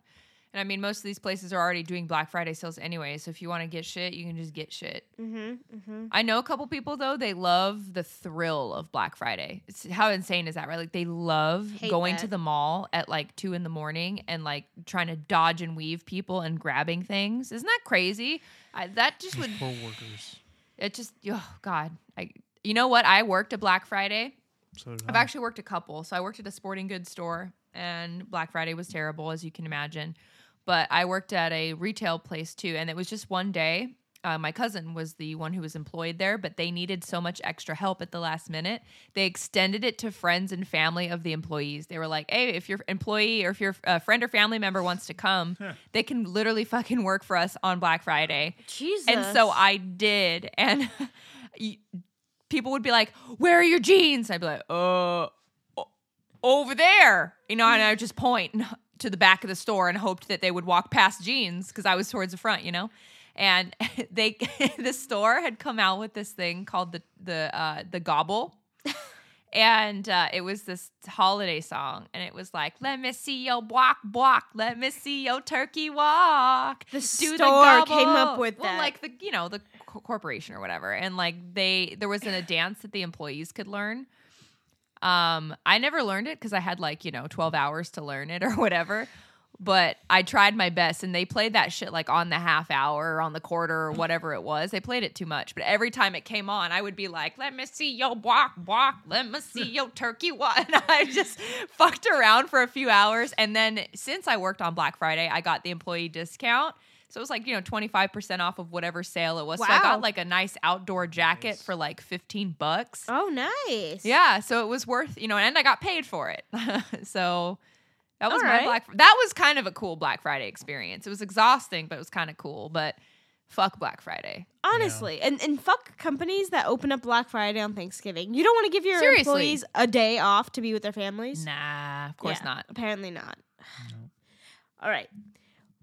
[SPEAKER 1] And I mean, most of these places are already doing Black Friday sales anyway. So if you want to get shit, you can just get shit.
[SPEAKER 2] Mm-hmm, mm-hmm.
[SPEAKER 1] I know a couple people though; they love the thrill of Black Friday. It's, how insane is that, right? Like they love
[SPEAKER 2] Hate
[SPEAKER 1] going
[SPEAKER 2] that.
[SPEAKER 1] to the mall at like two in the morning and like trying to dodge and weave people and grabbing things. Isn't that crazy? I, that just
[SPEAKER 3] Those
[SPEAKER 1] would
[SPEAKER 3] poor workers.
[SPEAKER 1] it just oh god. I you know what? I worked a Black Friday.
[SPEAKER 3] So did
[SPEAKER 1] I've
[SPEAKER 3] I.
[SPEAKER 1] actually worked a couple. So I worked at a sporting goods store, and Black Friday was terrible, as you can imagine. But I worked at a retail place too, and it was just one day. Uh, my cousin was the one who was employed there, but they needed so much extra help at the last minute. They extended it to friends and family of the employees. They were like, "Hey, if your employee or if your uh, friend or family member wants to come, they can literally fucking work for us on Black Friday."
[SPEAKER 2] Jesus.
[SPEAKER 1] And so I did. And [laughs] y- people would be like, Where are your jeans? I'd be like, Uh, o- over there. You know, and I would just point [laughs] to the back of the store and hoped that they would walk past jeans because I was towards the front, you know? And [laughs] they, the store had come out with this thing called the, the, uh, the
[SPEAKER 2] [laughs]
[SPEAKER 1] gobble and uh, it was this holiday song, and it was like, "Let me see your walk, walk. Let me see your turkey walk."
[SPEAKER 2] The
[SPEAKER 1] Do
[SPEAKER 2] store came up
[SPEAKER 1] gobble."
[SPEAKER 2] with
[SPEAKER 1] well,
[SPEAKER 2] that.
[SPEAKER 1] like the you know the co- corporation or whatever, and like they there wasn't a dance that the employees could learn. Um, I never learned it because I had like you know twelve hours to learn it [laughs] or whatever. But I tried my best, and they played that shit like on the half hour, or on the quarter, or whatever it was. They played it too much. But every time it came on, I would be like, "Let me see your walk, walk. Let me see your turkey walk." And [laughs] I just fucked around for a few hours, and then since I worked on Black Friday, I got the employee discount. So it was like you know twenty five percent off of whatever sale it was. So I
[SPEAKER 2] Wow.
[SPEAKER 1] got like a nice outdoor jacket for like fifteen bucks.
[SPEAKER 2] Oh, nice.
[SPEAKER 1] Yeah, so it was worth, you know, and I got paid for it. [laughs] so that was
[SPEAKER 2] All
[SPEAKER 1] my
[SPEAKER 2] right.
[SPEAKER 1] Black That was kind of a cool Black Friday experience. It was exhausting, but it was kind of cool, but fuck Black Friday.
[SPEAKER 2] Honestly, and and fuck companies that open up Black Friday on Thanksgiving. You don't want to give your
[SPEAKER 1] Seriously.
[SPEAKER 2] employees a day off to be with their families.
[SPEAKER 1] Nah, of course
[SPEAKER 2] Yeah,
[SPEAKER 1] not.
[SPEAKER 2] Apparently not. All right.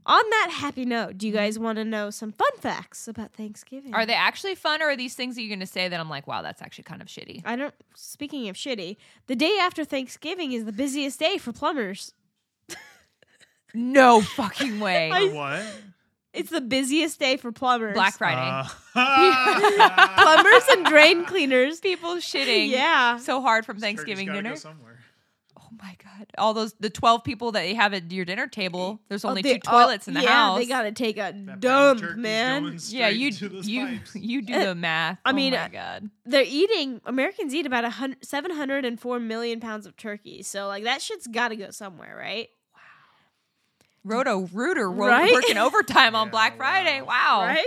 [SPEAKER 2] On that happy note, do you guys want to know some fun facts about Thanksgiving?
[SPEAKER 1] Are they actually fun or are these things that you're going to say that I'm like, wow, that's actually kind of shitty?
[SPEAKER 2] I don't. Speaking of shitty, the day after Thanksgiving is the busiest day for plumbers.
[SPEAKER 1] No fucking [laughs] way.
[SPEAKER 2] I-
[SPEAKER 3] What?
[SPEAKER 2] It's the busiest day for plumbers.
[SPEAKER 1] Black Friday. [laughs]
[SPEAKER 3] Uh, [laughs]
[SPEAKER 2] plumbers and drain cleaners. [laughs]
[SPEAKER 1] People shitting
[SPEAKER 2] Yeah.
[SPEAKER 1] so hard from Thanksgiving dinner.
[SPEAKER 3] somewhere.
[SPEAKER 1] oh my God. All those, the 12 people that you have at your dinner table, there's only
[SPEAKER 2] They
[SPEAKER 1] two
[SPEAKER 2] all-
[SPEAKER 1] toilets in the
[SPEAKER 2] yeah,
[SPEAKER 1] house.
[SPEAKER 2] they gotta take a dump, man.
[SPEAKER 1] yeah, you you [laughs] you do the math.
[SPEAKER 2] Eh, I mean,
[SPEAKER 1] oh my
[SPEAKER 2] uh,
[SPEAKER 1] god,
[SPEAKER 2] they're eating Americans eat about a hundred, 704 million pounds of turkey. So like that shit's got to go somewhere, right?
[SPEAKER 1] Roto Rooter wo-
[SPEAKER 2] Right? [laughs]
[SPEAKER 1] working overtime on
[SPEAKER 3] Yeah,
[SPEAKER 1] Black
[SPEAKER 3] wow.
[SPEAKER 1] Friday. Wow.
[SPEAKER 2] Right?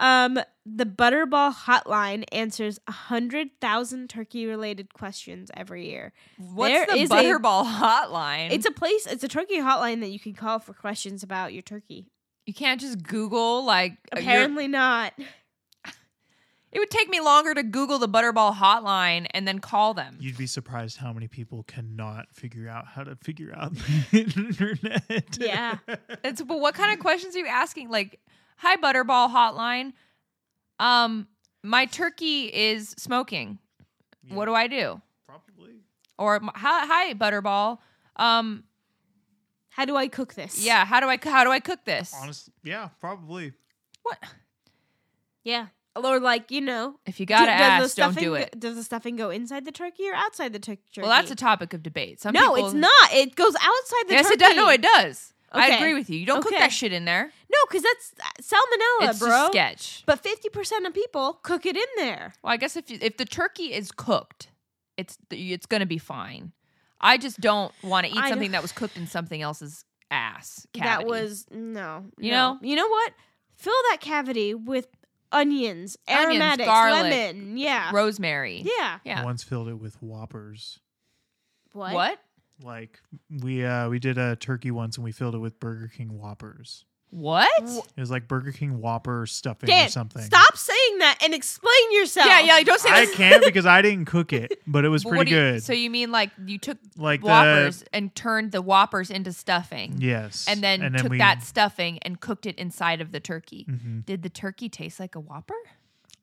[SPEAKER 2] Um the Butterball hotline answers 100,000 turkey related questions every year.
[SPEAKER 1] What's
[SPEAKER 2] There
[SPEAKER 1] the
[SPEAKER 2] is a-
[SPEAKER 1] Butterball hotline?
[SPEAKER 2] It's a place, it's a turkey hotline that you can call for questions about your turkey.
[SPEAKER 1] you can't just Google like uh, your- [laughs]
[SPEAKER 2] Apparently not.
[SPEAKER 1] It would take me longer to Google the Butterball hotline and then call them.
[SPEAKER 3] You'd be surprised how many people cannot figure out how to figure out [laughs] the internet.
[SPEAKER 2] Yeah.
[SPEAKER 1] It's but what kind of questions are you asking? Like, hi Butterball hotline. Um, my turkey is smoking. What do I do?
[SPEAKER 3] [laughs] Probably.
[SPEAKER 1] Or hi, hi Butterball. Um,
[SPEAKER 2] [laughs] How do I cook this?
[SPEAKER 1] yeah. How do I how do I cook this?
[SPEAKER 3] Honestly, yeah, probably.
[SPEAKER 1] What?
[SPEAKER 2] Yeah. Or like, you know,
[SPEAKER 1] If you gotta
[SPEAKER 2] do-
[SPEAKER 1] ask,
[SPEAKER 2] the
[SPEAKER 1] don't
[SPEAKER 2] stuffing
[SPEAKER 1] do
[SPEAKER 2] go-
[SPEAKER 1] it.
[SPEAKER 2] does the stuffing go inside the turkey or outside the tur- turkey?
[SPEAKER 1] Well, that's a topic of debate. Some
[SPEAKER 2] No,
[SPEAKER 1] people-
[SPEAKER 2] it's not. It goes outside the
[SPEAKER 1] Yes,
[SPEAKER 2] turkey.
[SPEAKER 1] it does. No, it does. I
[SPEAKER 2] Okay.
[SPEAKER 1] agree with you. You don't cook
[SPEAKER 2] Okay.
[SPEAKER 1] that shit in there.
[SPEAKER 2] No, because that's uh, salmonella,
[SPEAKER 1] it's
[SPEAKER 2] bro.
[SPEAKER 1] just sketch.
[SPEAKER 2] But fifty percent of people cook it in there.
[SPEAKER 1] Well, I guess if you, if the turkey is cooked, it's it's going to be fine. I just don't want to eat
[SPEAKER 2] I
[SPEAKER 1] something
[SPEAKER 2] know.
[SPEAKER 1] that was cooked in something else's ass.
[SPEAKER 2] That
[SPEAKER 1] cavity.
[SPEAKER 2] was no.
[SPEAKER 1] You
[SPEAKER 2] no.
[SPEAKER 1] know?
[SPEAKER 2] You know what? Fill that cavity with onions,
[SPEAKER 1] Onions,
[SPEAKER 2] aromatics,
[SPEAKER 1] garlic,
[SPEAKER 2] lemon. Yeah.
[SPEAKER 1] rosemary.
[SPEAKER 2] yeah.
[SPEAKER 1] Yeah.
[SPEAKER 3] I once filled it with Whoppers.
[SPEAKER 2] What?
[SPEAKER 1] What?
[SPEAKER 3] Like we uh we did a turkey once and we filled it with Burger King Whoppers.
[SPEAKER 1] What?
[SPEAKER 3] It was like Burger King Whopper stuffing
[SPEAKER 2] Dan,
[SPEAKER 3] or something.
[SPEAKER 2] stop saying that and explain yourself.
[SPEAKER 1] Yeah, yeah. Don't say
[SPEAKER 3] I
[SPEAKER 1] this.
[SPEAKER 3] can't because I didn't
[SPEAKER 1] [laughs]
[SPEAKER 3] cook it, but it was
[SPEAKER 1] But
[SPEAKER 3] pretty
[SPEAKER 1] what do you-
[SPEAKER 3] good.
[SPEAKER 1] so you mean like you took
[SPEAKER 3] like
[SPEAKER 1] whoppers and turned the whoppers into stuffing?
[SPEAKER 3] the yes,
[SPEAKER 1] And then, took
[SPEAKER 3] we-
[SPEAKER 1] that stuffing and cooked it inside of the turkey.
[SPEAKER 3] Mhm.
[SPEAKER 1] Did the turkey taste like a whopper?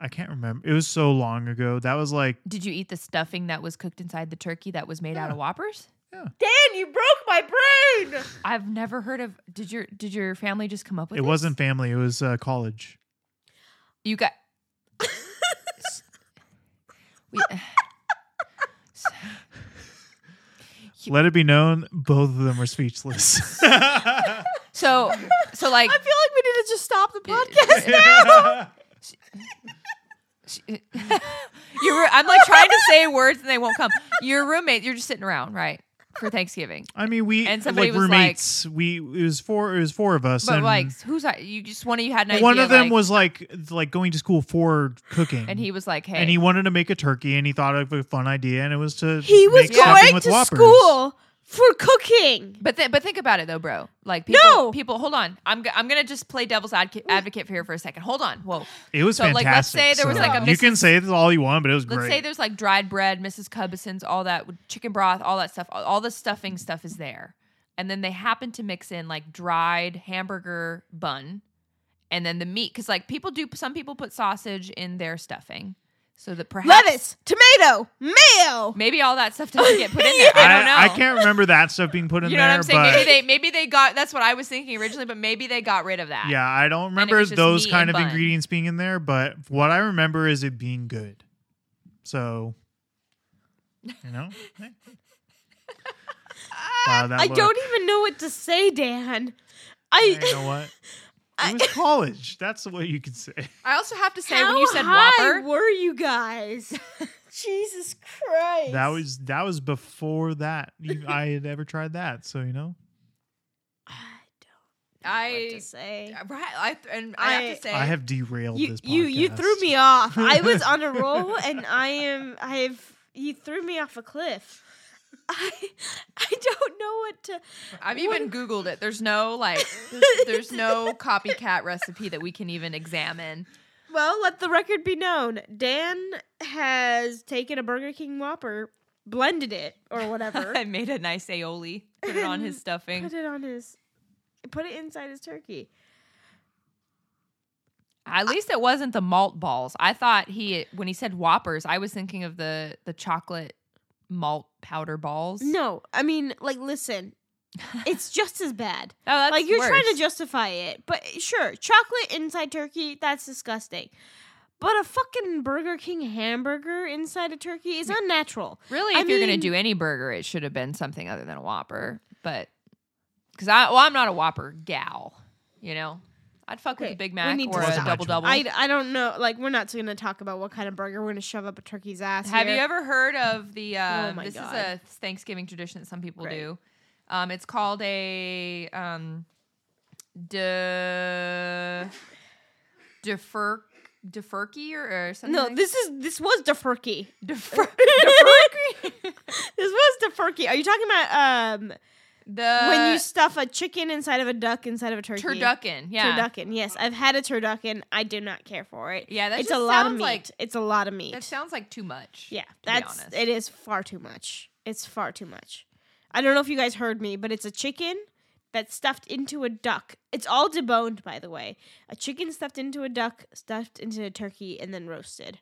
[SPEAKER 3] I can't remember. It was so long ago. That was like
[SPEAKER 1] Did you eat the stuffing that was cooked inside the turkey that was made out of whoppers?
[SPEAKER 2] Dan, you broke my
[SPEAKER 1] [laughs]
[SPEAKER 2] brain.
[SPEAKER 1] I've never heard of. Did your did your family just come up with
[SPEAKER 3] it
[SPEAKER 1] this?
[SPEAKER 3] wasn't family. It was uh, college.
[SPEAKER 1] You
[SPEAKER 3] [laughs]
[SPEAKER 1] got. we, You-
[SPEAKER 3] Let it be known, both of them were
[SPEAKER 1] [laughs]
[SPEAKER 3] speechless.
[SPEAKER 1] [laughs]
[SPEAKER 3] [laughs]
[SPEAKER 1] so so like
[SPEAKER 2] I feel like we need to just stop the podcast.
[SPEAKER 3] [laughs] That's
[SPEAKER 1] your roo- I'm like trying to say words and they won't come. Your roommate, you're just sitting around, right, for Thanksgiving.
[SPEAKER 3] I mean, we
[SPEAKER 1] And somebody
[SPEAKER 3] like
[SPEAKER 1] was like-
[SPEAKER 3] roommates. we it was four. It was four of us.
[SPEAKER 1] But
[SPEAKER 3] and
[SPEAKER 1] like, who's I? You just one of you had an idea.
[SPEAKER 3] one of them
[SPEAKER 1] like-
[SPEAKER 3] was like like going to school for cooking,
[SPEAKER 1] and he was like, "Hey,
[SPEAKER 3] and he wanted to make a turkey, and he thought of a fun idea, and it was to
[SPEAKER 2] He was
[SPEAKER 3] make stuffing
[SPEAKER 2] going
[SPEAKER 3] with
[SPEAKER 2] to
[SPEAKER 3] Whoppers.
[SPEAKER 2] school for cooking.
[SPEAKER 1] But th- but think about it though, bro. Like people,
[SPEAKER 2] No!
[SPEAKER 1] people, hold on. I'm g- I'm gonna just play devil's advocate, advocate for here for a second. Hold on. Whoa.
[SPEAKER 3] It was
[SPEAKER 1] So, like,
[SPEAKER 3] fantastic.
[SPEAKER 1] let's say there was,
[SPEAKER 3] so
[SPEAKER 1] like, a
[SPEAKER 3] you can say this all you want, but it was
[SPEAKER 1] Let's
[SPEAKER 3] great.
[SPEAKER 1] say there's like dried bread, Mrs. Cubison's, all that with chicken broth, all that stuff. All, all the stuffing stuff is there, and then they happen to mix in like dried hamburger bun, and then the meat because like people do. Some people put sausage in their stuffing, so that perhaps
[SPEAKER 2] Lettuce, tomato, mayo.
[SPEAKER 1] maybe all that stuff doesn't get put in there. I don't know.
[SPEAKER 3] [laughs] I, can't remember that stuff
[SPEAKER 1] [laughs]
[SPEAKER 3] being put in
[SPEAKER 1] You know
[SPEAKER 3] there,
[SPEAKER 1] what I'm saying?
[SPEAKER 3] but
[SPEAKER 1] Maybe they maybe they got that's what I was thinking originally, but maybe they got rid of that.
[SPEAKER 3] yeah, I don't remember
[SPEAKER 1] was just
[SPEAKER 3] those
[SPEAKER 1] meat
[SPEAKER 3] kind
[SPEAKER 1] and
[SPEAKER 3] of
[SPEAKER 1] bun.
[SPEAKER 3] ingredients being in there. But what I remember is it being good. So, you
[SPEAKER 1] [laughs]
[SPEAKER 3] know, eh. wow, that
[SPEAKER 2] I
[SPEAKER 3] look.
[SPEAKER 2] don't even know what to say, Dan. I [laughs]
[SPEAKER 3] You know what?
[SPEAKER 2] I-
[SPEAKER 3] It was college. That's the way you could
[SPEAKER 2] [laughs]
[SPEAKER 3] say.
[SPEAKER 1] I also have to say
[SPEAKER 2] How
[SPEAKER 1] when you said
[SPEAKER 2] high
[SPEAKER 1] Whopper,
[SPEAKER 2] were you guys? [laughs] Jesus Christ! [sighs]
[SPEAKER 3] That was that was before that you- I had ever tried that. So you know,
[SPEAKER 2] what
[SPEAKER 1] I
[SPEAKER 2] to say.
[SPEAKER 1] right, I and I, have to say
[SPEAKER 3] I have derailed
[SPEAKER 2] You
[SPEAKER 3] this. Podcast.
[SPEAKER 2] you you threw me off. I was on
[SPEAKER 3] [laughs]
[SPEAKER 2] a roll, and I am. I have. You threw me off a cliff. [laughs] I I don't know what to.
[SPEAKER 1] I've even googled it. There's no like
[SPEAKER 2] [laughs]
[SPEAKER 1] there's, there's no copycat recipe that we can even examine.
[SPEAKER 2] Well, let the record be known. Dan has taken a Burger King Whopper, blended it or [laughs] whatever,
[SPEAKER 1] [laughs] I made a nice aioli, put it on
[SPEAKER 2] [laughs]
[SPEAKER 1] his stuffing.
[SPEAKER 2] put it on his, put it inside his turkey.
[SPEAKER 1] At least it wasn't the malt balls. I thought he when he said Whoppers, I was thinking of the the chocolate malt powder balls.
[SPEAKER 2] No, I mean, like, listen, it's just as bad.
[SPEAKER 1] Oh, that's
[SPEAKER 2] like you're trying
[SPEAKER 1] worse.
[SPEAKER 2] to justify it, but sure, chocolate inside turkey, that's disgusting. But a fucking Burger King hamburger inside a turkey is unnatural.
[SPEAKER 1] Really, if
[SPEAKER 2] I
[SPEAKER 1] you're gonna
[SPEAKER 2] mean-
[SPEAKER 1] do any burger, it should have been something other than a Whopper. But because I, well, I'm not a Whopper gal. You know, I'd fuck with
[SPEAKER 2] Okay,
[SPEAKER 1] a Big
[SPEAKER 2] we
[SPEAKER 1] Mac
[SPEAKER 2] need to
[SPEAKER 1] or a
[SPEAKER 3] stop.
[SPEAKER 1] double double.
[SPEAKER 2] I, I don't know. Like we're not going to talk about what kind of burger we're going to shove up a turkey's ass.
[SPEAKER 1] Have you
[SPEAKER 2] here.
[SPEAKER 1] ever heard of the? Uh,
[SPEAKER 2] Oh my
[SPEAKER 1] this
[SPEAKER 2] God.
[SPEAKER 1] is a Thanksgiving tradition that some people
[SPEAKER 2] Great.
[SPEAKER 1] do. Um, it's called a um, de defer deferky or, or something.
[SPEAKER 2] No,
[SPEAKER 1] like-
[SPEAKER 2] this is this was [laughs] defurkey.
[SPEAKER 1] [laughs] defer
[SPEAKER 2] defurkey. [laughs] this was defurkey. Are you talking about um
[SPEAKER 1] the
[SPEAKER 2] when you stuff a chicken inside of a duck inside of a turkey?
[SPEAKER 1] turducken. Yeah,
[SPEAKER 2] Turducken. Yes, I've had a turducken. I do not care for it.
[SPEAKER 1] Yeah, that
[SPEAKER 2] it's
[SPEAKER 1] just
[SPEAKER 2] a lot of
[SPEAKER 1] sounds
[SPEAKER 2] meat.
[SPEAKER 1] like-
[SPEAKER 2] it's a lot of meat.
[SPEAKER 1] that sounds like too much.
[SPEAKER 2] yeah,
[SPEAKER 1] to be
[SPEAKER 2] that's
[SPEAKER 1] honest.
[SPEAKER 2] it is far too much. It's far too much. I don't know if you guys heard me, but it's a chicken that's stuffed into a duck. It's all deboned, by the way. A chicken stuffed into a duck, stuffed into a turkey, and then roasted.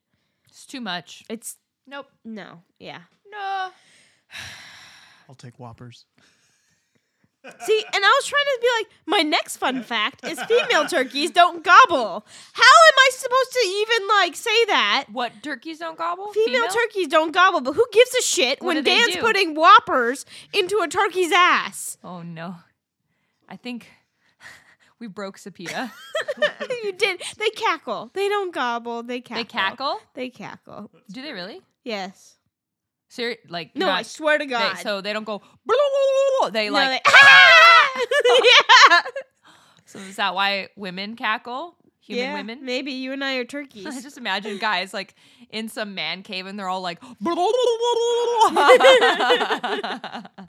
[SPEAKER 1] It's too much.
[SPEAKER 2] It's
[SPEAKER 1] Nope.
[SPEAKER 2] no, yeah.
[SPEAKER 1] No.
[SPEAKER 3] I'll take Whoppers.
[SPEAKER 2] See, and I was trying to be like, my next fun fact is female turkeys don't gobble. How am I supposed to even like say that?
[SPEAKER 1] What turkeys don't gobble?
[SPEAKER 2] Female, turkeys don't gobble, but who gives a shit
[SPEAKER 1] What do
[SPEAKER 2] when
[SPEAKER 1] they
[SPEAKER 2] Dan's
[SPEAKER 1] do? [laughs]
[SPEAKER 2] putting whoppers into a turkey's ass?
[SPEAKER 1] Oh no. I think [laughs] we broke
[SPEAKER 2] [laughs]
[SPEAKER 1] Sapita.
[SPEAKER 2] you did. They cackle. They don't gobble. They cackle.
[SPEAKER 1] they cackle.
[SPEAKER 2] They cackle.
[SPEAKER 1] Do they really?
[SPEAKER 2] Yes.
[SPEAKER 1] Seri- like
[SPEAKER 2] No, I
[SPEAKER 1] not-
[SPEAKER 2] swear to God.
[SPEAKER 1] they, so they don't go. "Blah-blah-blah-blah-blah." They
[SPEAKER 2] No,
[SPEAKER 1] like. [laughs]
[SPEAKER 2] they- [laughs] yeah.
[SPEAKER 1] So is that why women cackle? Human
[SPEAKER 2] Yeah,
[SPEAKER 1] women.
[SPEAKER 2] Maybe you and I are
[SPEAKER 1] I [laughs]
[SPEAKER 2] turkeys.
[SPEAKER 1] just imagine guys like in some man cave and they're all like. [laughs]
[SPEAKER 2] [laughs]
[SPEAKER 1] [laughs]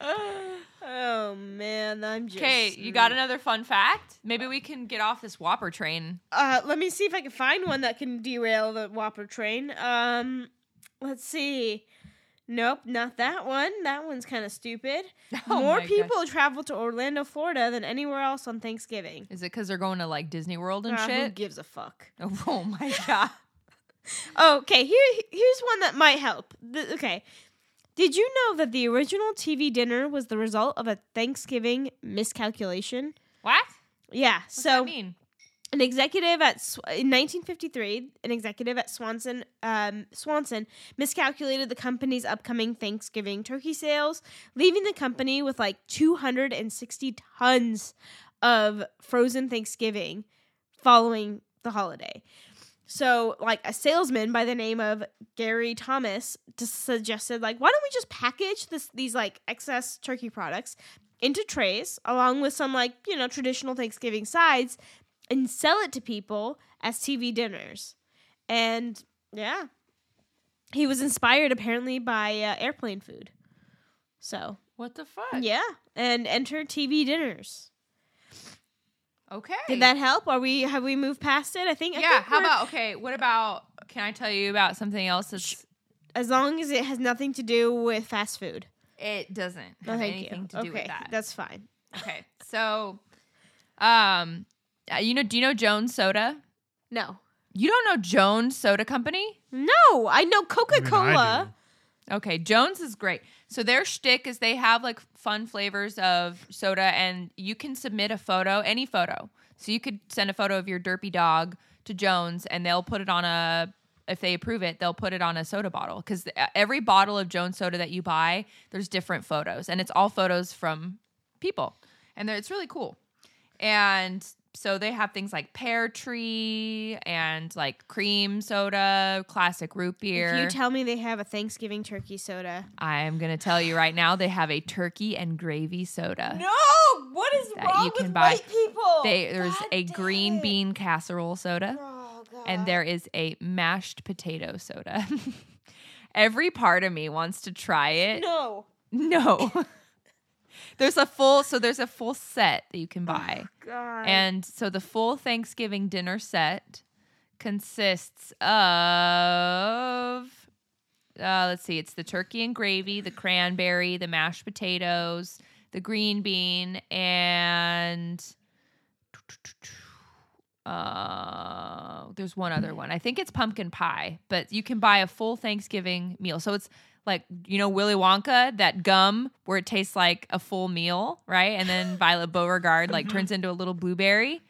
[SPEAKER 1] Okay,
[SPEAKER 2] oh man, I'm just.
[SPEAKER 1] you got another fun fact? Maybe we can get off this Whopper train.
[SPEAKER 2] Uh, let me see if I can find one that can derail the Whopper train. Um, let's see. Nope, not that one. That one's kind of stupid.
[SPEAKER 1] [laughs] Oh
[SPEAKER 2] More
[SPEAKER 1] my gosh.
[SPEAKER 2] people travel to Orlando, Florida, than anywhere else on Thanksgiving.
[SPEAKER 1] Is it because they're going to like Disney World and
[SPEAKER 2] Ah, Who
[SPEAKER 1] shit?
[SPEAKER 2] gives a fuck? [laughs]
[SPEAKER 1] Oh, my god.
[SPEAKER 2] Okay, here here's one that might help. Th- okay. Did you know that the original TV dinner was the result of a Thanksgiving miscalculation?
[SPEAKER 1] What?
[SPEAKER 2] Yeah.
[SPEAKER 1] What's
[SPEAKER 2] so
[SPEAKER 1] that mean?
[SPEAKER 2] an executive at Sw- in 1953, an executive at Swanson um, Swanson miscalculated the company's upcoming Thanksgiving turkey sales, leaving the company with like 260 tons of frozen Thanksgiving following the holiday. So, like a salesman by the name of Gary Thomas just suggested, like, why don't we just package this these like excess turkey products into trays along with some like you know traditional Thanksgiving sides and sell it to people as TV dinners. And yeah, he was inspired apparently by uh, airplane food. So
[SPEAKER 1] What the fuck?
[SPEAKER 2] yeah, and enter TV dinners.
[SPEAKER 1] Okay.
[SPEAKER 2] Did that help? Are we have we moved past it? I think. I
[SPEAKER 1] Yeah.
[SPEAKER 2] think
[SPEAKER 1] How
[SPEAKER 2] we're-
[SPEAKER 1] about okay? What about? Can I tell you about something else? That's,
[SPEAKER 2] as long as it has nothing to do with fast food?
[SPEAKER 1] it doesn't
[SPEAKER 2] No,
[SPEAKER 1] have
[SPEAKER 2] Oh, thank
[SPEAKER 1] anything
[SPEAKER 2] you.
[SPEAKER 1] to do
[SPEAKER 2] okay,
[SPEAKER 1] with that.
[SPEAKER 2] that's fine.
[SPEAKER 1] Okay. So, um, uh, you know, do you know Jones Soda?
[SPEAKER 2] No,
[SPEAKER 1] You don't know Jones Soda Company?
[SPEAKER 2] no, I know Coca Cola.
[SPEAKER 1] Okay, Jones is great. So their shtick is they have like fun flavors of soda, and you can submit a photo, any photo. So you could send a photo of your derpy dog to Jones, and they'll put it on a. If they approve it, they'll put it on a soda bottle because every bottle of Jones soda that you buy, there's different photos, and it's all photos from people, and they're- it's really cool. And so they have things like pear tree and like cream soda, classic root beer.
[SPEAKER 2] If you tell me they have a Thanksgiving turkey soda,
[SPEAKER 1] I am going to tell you right now, they have a turkey and gravy soda.
[SPEAKER 2] no, what is
[SPEAKER 1] That you wrong can with buy. white
[SPEAKER 2] people?
[SPEAKER 1] They, there's a green bean casserole soda, and there is a mashed potato soda. [laughs] Every part of me wants to try it.
[SPEAKER 2] no.
[SPEAKER 1] No. [laughs] there's a full, so there's a full set that you can buy.
[SPEAKER 2] God.
[SPEAKER 1] And so the full Thanksgiving dinner set consists of uh, let's see, it's the turkey and gravy, the cranberry, the mashed potatoes, the green bean, and uh, there's one
[SPEAKER 2] Hmm.
[SPEAKER 1] other one. I think it's pumpkin pie, but you can buy a full Thanksgiving meal. So it's like you know Willy Wonka, that gum where it tastes like a full meal, right? And then
[SPEAKER 2] [laughs]
[SPEAKER 1] Violet Beauregard like
[SPEAKER 2] Mm-hmm.
[SPEAKER 1] turns into a little blueberry.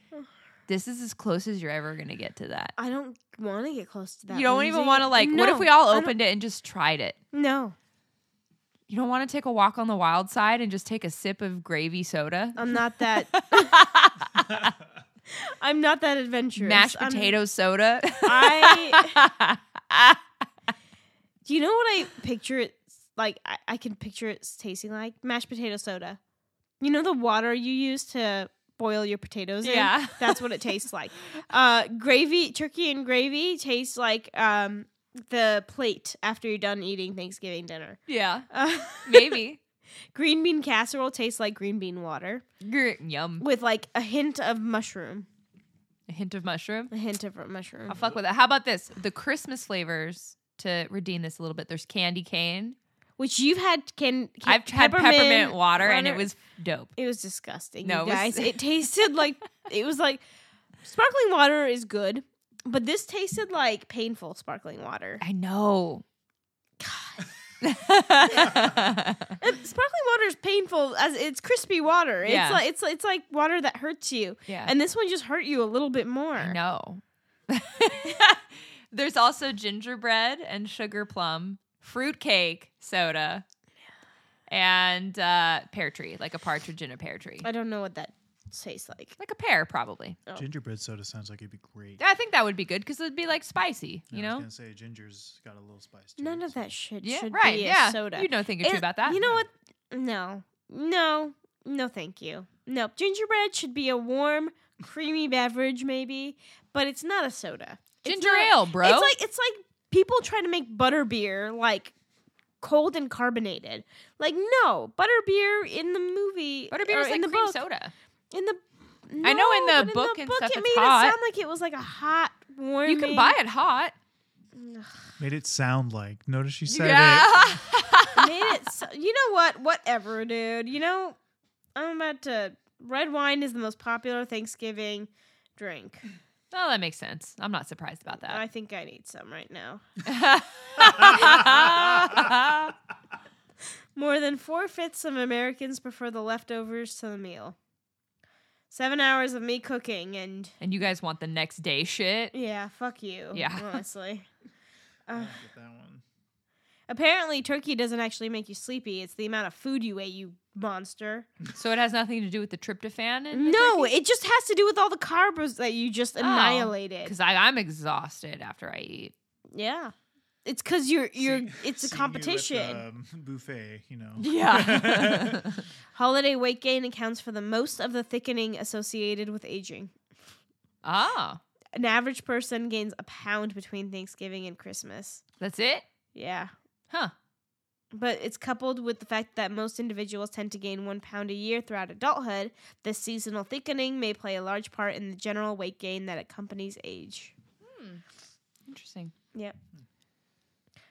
[SPEAKER 1] This is as close as you're ever gonna get to that.
[SPEAKER 2] I don't want to get close to that.
[SPEAKER 1] you don't even
[SPEAKER 2] Lindsay.
[SPEAKER 1] want to like. What if
[SPEAKER 2] No,
[SPEAKER 1] we all
[SPEAKER 2] I don't-
[SPEAKER 1] opened it and just tried it?
[SPEAKER 2] No,
[SPEAKER 1] You don't want to take a walk on the wild side and just take a sip of gravy soda,
[SPEAKER 2] I'm
[SPEAKER 1] [laughs]
[SPEAKER 2] not that. [laughs] I'm not that adventurous.
[SPEAKER 1] mashed
[SPEAKER 2] I'm-
[SPEAKER 1] potato soda.
[SPEAKER 2] [laughs] I- Do you know what I picture it like? I, I can picture it tasting like mashed potato soda. You know the water you use to boil your potatoes in?
[SPEAKER 1] Yeah.
[SPEAKER 2] That's
[SPEAKER 1] [laughs]
[SPEAKER 2] what it tastes like. Uh, gravy, turkey and gravy tastes like um, the plate after you're done eating Thanksgiving
[SPEAKER 1] [laughs]
[SPEAKER 2] dinner.
[SPEAKER 1] [laughs] yeah,
[SPEAKER 2] Uh, [laughs]
[SPEAKER 1] maybe.
[SPEAKER 2] green bean casserole tastes like green bean water
[SPEAKER 1] Gr- Yum.
[SPEAKER 2] with like a hint of mushroom.
[SPEAKER 1] A hint of mushroom.
[SPEAKER 2] A hint of mushroom.
[SPEAKER 1] I'll fuck with that. How about this? The Christmas flavors to redeem this a little bit. There's candy cane.
[SPEAKER 2] Which you've had can, can
[SPEAKER 1] I've had peppermint, water, and it
[SPEAKER 2] water.
[SPEAKER 1] was dope.
[SPEAKER 2] It was disgusting.
[SPEAKER 1] No, it
[SPEAKER 2] No,
[SPEAKER 1] was- [laughs]
[SPEAKER 2] guys, it tasted like it was like sparkling water is good, but this tasted like painful sparkling water.
[SPEAKER 1] I know.
[SPEAKER 2] Uh, sparkling water is painful as it's crispy water. It's
[SPEAKER 1] Yeah.
[SPEAKER 2] like it's it's like water that hurts you,
[SPEAKER 1] yeah.
[SPEAKER 2] and this one just hurt you a little bit
[SPEAKER 1] [laughs]
[SPEAKER 2] more.
[SPEAKER 1] no. [laughs] There's also gingerbread and sugar plum, fruitcake, soda. and uh, pear tree, like a partridge in a pear tree,
[SPEAKER 2] I don't know what that tastes like.
[SPEAKER 1] like a pear probably.
[SPEAKER 2] Oh.
[SPEAKER 3] Gingerbread soda sounds like it'd be great.
[SPEAKER 1] I think that would be good because it'd be like spicy, you
[SPEAKER 3] I
[SPEAKER 1] know.
[SPEAKER 3] was gonna say ginger's got a little spice. To
[SPEAKER 2] None
[SPEAKER 3] it,
[SPEAKER 2] of
[SPEAKER 3] so-
[SPEAKER 2] that shit
[SPEAKER 1] Yeah,
[SPEAKER 2] should
[SPEAKER 1] right.
[SPEAKER 2] be
[SPEAKER 1] yeah,
[SPEAKER 2] a soda.
[SPEAKER 1] you know, thinking too
[SPEAKER 2] And
[SPEAKER 1] about that.
[SPEAKER 2] You know what? No, no, no. Thank you. Nope. Gingerbread should be a warm, creamy beverage, maybe, but it's not a soda. It's
[SPEAKER 1] ginger
[SPEAKER 2] not-
[SPEAKER 1] ale, bro.
[SPEAKER 2] It's like it's like people try to make butterbeer like cold and carbonated. Like no, butterbeer in the movie
[SPEAKER 1] butterbeer
[SPEAKER 2] or
[SPEAKER 1] is
[SPEAKER 2] in
[SPEAKER 1] like
[SPEAKER 2] the
[SPEAKER 1] cream
[SPEAKER 2] book.
[SPEAKER 1] soda.
[SPEAKER 2] In the
[SPEAKER 1] I know in
[SPEAKER 2] no,
[SPEAKER 1] the
[SPEAKER 2] but
[SPEAKER 1] book and stuff it's
[SPEAKER 2] it made
[SPEAKER 1] hot.
[SPEAKER 2] it sound like it was like a hot, warm.
[SPEAKER 1] You can buy it hot.
[SPEAKER 3] Made it sound like. Notice she
[SPEAKER 1] [laughs]
[SPEAKER 2] [sighs]
[SPEAKER 3] said it.
[SPEAKER 2] made it. So, you know what? Whatever, dude. You know, I'm about to. Red wine is the most popular Thanksgiving drink.
[SPEAKER 1] Oh, that makes sense. I'm not surprised about
[SPEAKER 2] I
[SPEAKER 1] that.
[SPEAKER 2] think I need some right now. More than four fifths of Americans prefer the leftovers to the meal. Seven hours of me cooking and
[SPEAKER 1] [laughs] and you guys want the next day
[SPEAKER 2] [laughs]
[SPEAKER 1] shit?
[SPEAKER 2] yeah, fuck you.
[SPEAKER 1] Yeah. [laughs]
[SPEAKER 2] honestly.
[SPEAKER 3] Yeah,
[SPEAKER 2] Uh,
[SPEAKER 3] get that one.
[SPEAKER 2] apparently, turkey doesn't actually make you sleepy. It's the amount of food you ate, you monster.
[SPEAKER 1] So it has nothing to do with the tryptophan? In the Oh,
[SPEAKER 2] No, it just has to do with all the carbs that you just annihilated.
[SPEAKER 1] Because I'm exhausted after I eat.
[SPEAKER 2] Yeah. It's cuz you're you're
[SPEAKER 3] See-
[SPEAKER 2] it's a
[SPEAKER 3] seeing you at
[SPEAKER 2] competition.
[SPEAKER 3] the, um, buffet,
[SPEAKER 2] [laughs]
[SPEAKER 3] you know.
[SPEAKER 1] Yeah.
[SPEAKER 2] Holiday weight gain accounts for the most of the thickening associated with aging.
[SPEAKER 1] [laughs] ah,
[SPEAKER 2] An average person gains a pound between Thanksgiving and Christmas.
[SPEAKER 1] that's it?
[SPEAKER 2] Yeah.
[SPEAKER 1] Huh.
[SPEAKER 2] But it's coupled with the fact that most individuals tend to gain 1 pound a year throughout adulthood. This seasonal thickening may play a large part in the general weight gain that accompanies age.
[SPEAKER 1] Interesting.
[SPEAKER 2] Yep.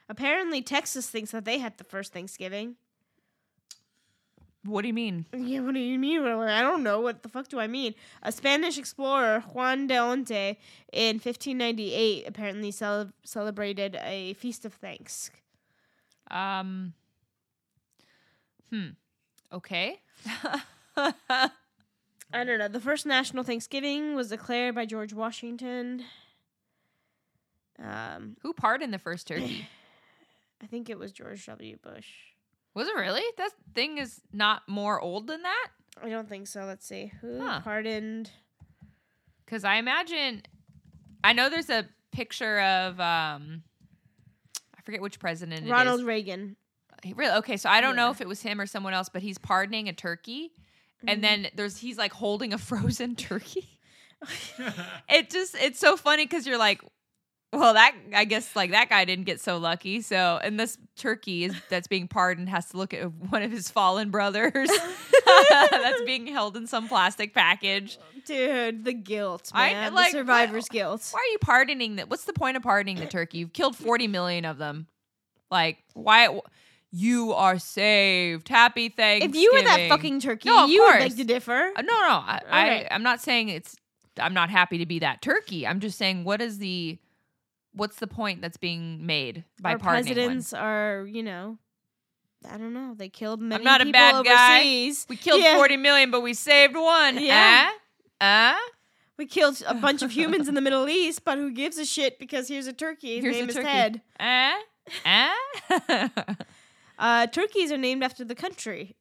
[SPEAKER 2] Apparently Texas thinks that they had the first Thanksgiving.
[SPEAKER 1] What do you mean?
[SPEAKER 2] Yeah, what do you mean? Well, I don't know. What the fuck do I mean? A Spanish explorer, Juan de Onte, in 1598 apparently cel- celebrated a feast of thanks.
[SPEAKER 1] Um. Hmm. Okay. [laughs]
[SPEAKER 2] I don't know. The first national Thanksgiving was declared by George Washington. Um,
[SPEAKER 1] Who pardoned the first turkey?
[SPEAKER 2] I think it was George W. Bush.
[SPEAKER 1] Was it really? That thing is not more old than that?
[SPEAKER 2] I don't think so. Let's see. Who
[SPEAKER 1] Huh.
[SPEAKER 2] pardoned?
[SPEAKER 1] Because I imagine, I know there's a picture of, um, I forget which president it
[SPEAKER 2] Ronald
[SPEAKER 1] is.
[SPEAKER 2] Reagan.
[SPEAKER 1] He- Really? Okay, so I don't know
[SPEAKER 2] Yeah.
[SPEAKER 1] if it was him or someone else, but he's pardoning a turkey, and then there's he's like holding a [laughs] frozen turkey. It just it's so funny because you're like, well, that I guess like that guy didn't get so lucky. So and this turkey is that's being pardoned has to look at one of his fallen brothers [laughs] that's being held in some plastic package.
[SPEAKER 2] Dude, the guilt,
[SPEAKER 1] I-
[SPEAKER 2] man.
[SPEAKER 1] like,
[SPEAKER 2] the survivor's
[SPEAKER 1] what-
[SPEAKER 2] guilt.
[SPEAKER 1] Why are you pardoning that? What's the point of pardoning the turkey? You've killed 40 million of them. Like, why? You are saved. Happy Thanksgiving.
[SPEAKER 2] If you were that fucking turkey,
[SPEAKER 1] No, of
[SPEAKER 2] you would
[SPEAKER 1] course.
[SPEAKER 2] beg to differ.
[SPEAKER 1] Uh, No, no. I,
[SPEAKER 2] Alright.
[SPEAKER 1] I, I'm not saying it's. I'm not happy to be that turkey. I'm just saying, what is the. What's the point that's being made by
[SPEAKER 2] our
[SPEAKER 1] pardoning
[SPEAKER 2] presidents are, you know, I don't know. They killed many
[SPEAKER 1] not a
[SPEAKER 2] people
[SPEAKER 1] bad guy.
[SPEAKER 2] overseas.
[SPEAKER 1] one? We killed
[SPEAKER 2] Yeah.
[SPEAKER 1] 40 million, but we saved one.
[SPEAKER 2] Yeah.
[SPEAKER 1] Eh? Eh?
[SPEAKER 2] We killed a bunch
[SPEAKER 1] [laughs]
[SPEAKER 2] of humans in the Middle East, but who gives a shit? Because here's a turkey. His
[SPEAKER 1] Here's a
[SPEAKER 2] name is
[SPEAKER 1] turkey.
[SPEAKER 2] Ted.
[SPEAKER 1] Eh? Eh? [laughs]
[SPEAKER 2] Uh, turkeys are named after the country.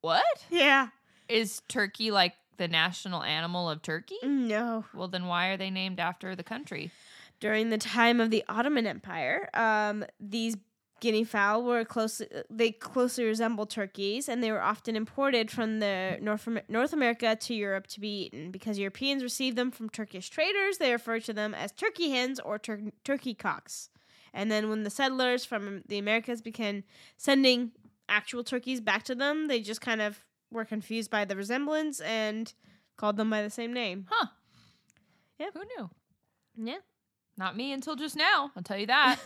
[SPEAKER 1] what?
[SPEAKER 2] Yeah.
[SPEAKER 1] Is turkey like the national animal of Turkey?
[SPEAKER 2] Mm, No.
[SPEAKER 1] Well, then why are they named after the country?
[SPEAKER 2] During the time of the Ottoman Empire, um, these guinea fowl were closely they closely resemble turkeys, and they were often imported from the North Am- North America to Europe to be eaten. Because Europeans received them from Turkish traders, they referred to them as turkey hens or tur- turkey cocks. And then when the settlers from the Americas began sending actual turkeys back to them, they just kind of were confused by the resemblance and called them by the same name.
[SPEAKER 1] Huh.
[SPEAKER 2] Yep.
[SPEAKER 1] Who knew?
[SPEAKER 2] Yeah.
[SPEAKER 1] Not me until just now. I'll tell you [laughs] that.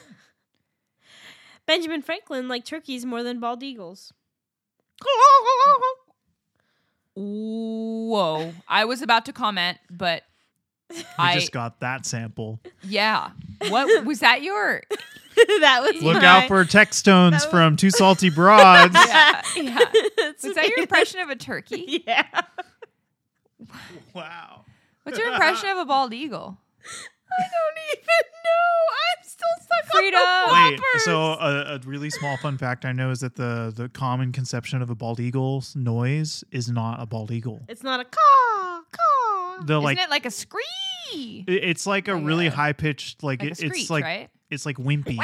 [SPEAKER 2] Benjamin Franklin liked turkeys more than bald
[SPEAKER 1] [laughs]
[SPEAKER 2] eagles. [laughs]
[SPEAKER 1] Whoa. I was about to comment, but
[SPEAKER 3] We
[SPEAKER 1] I
[SPEAKER 3] just got
[SPEAKER 2] [laughs]
[SPEAKER 3] that sample.
[SPEAKER 1] yeah. What was that [laughs] your
[SPEAKER 2] that was
[SPEAKER 3] Look
[SPEAKER 2] my- [laughs]
[SPEAKER 3] out for text
[SPEAKER 2] That
[SPEAKER 3] tones
[SPEAKER 2] was-
[SPEAKER 3] from two
[SPEAKER 2] [laughs]
[SPEAKER 3] salty broads.
[SPEAKER 1] yeah, yeah. [laughs]
[SPEAKER 2] That's
[SPEAKER 1] Was that your
[SPEAKER 2] me. [laughs]
[SPEAKER 1] impression of a [laughs] turkey?
[SPEAKER 2] Yeah.
[SPEAKER 3] Wow.
[SPEAKER 1] What's your impression of a bald eagle? I don't even know. I'm still stuck on
[SPEAKER 2] Frito.
[SPEAKER 1] the
[SPEAKER 3] Wait,
[SPEAKER 1] whoppers.
[SPEAKER 3] so uh, a, a really small fun fact I know is that the the common conception of a bald eagle's noise is not a bald eagle.
[SPEAKER 2] [laughs] It's not a caw, caw.
[SPEAKER 3] The like
[SPEAKER 1] Isn't it like a scree?
[SPEAKER 3] it- it's like a
[SPEAKER 1] like
[SPEAKER 3] really
[SPEAKER 1] a-
[SPEAKER 3] high pitched like,
[SPEAKER 1] Like
[SPEAKER 3] it-
[SPEAKER 1] a screech,
[SPEAKER 3] it's like
[SPEAKER 1] right?
[SPEAKER 3] it's like wimpy.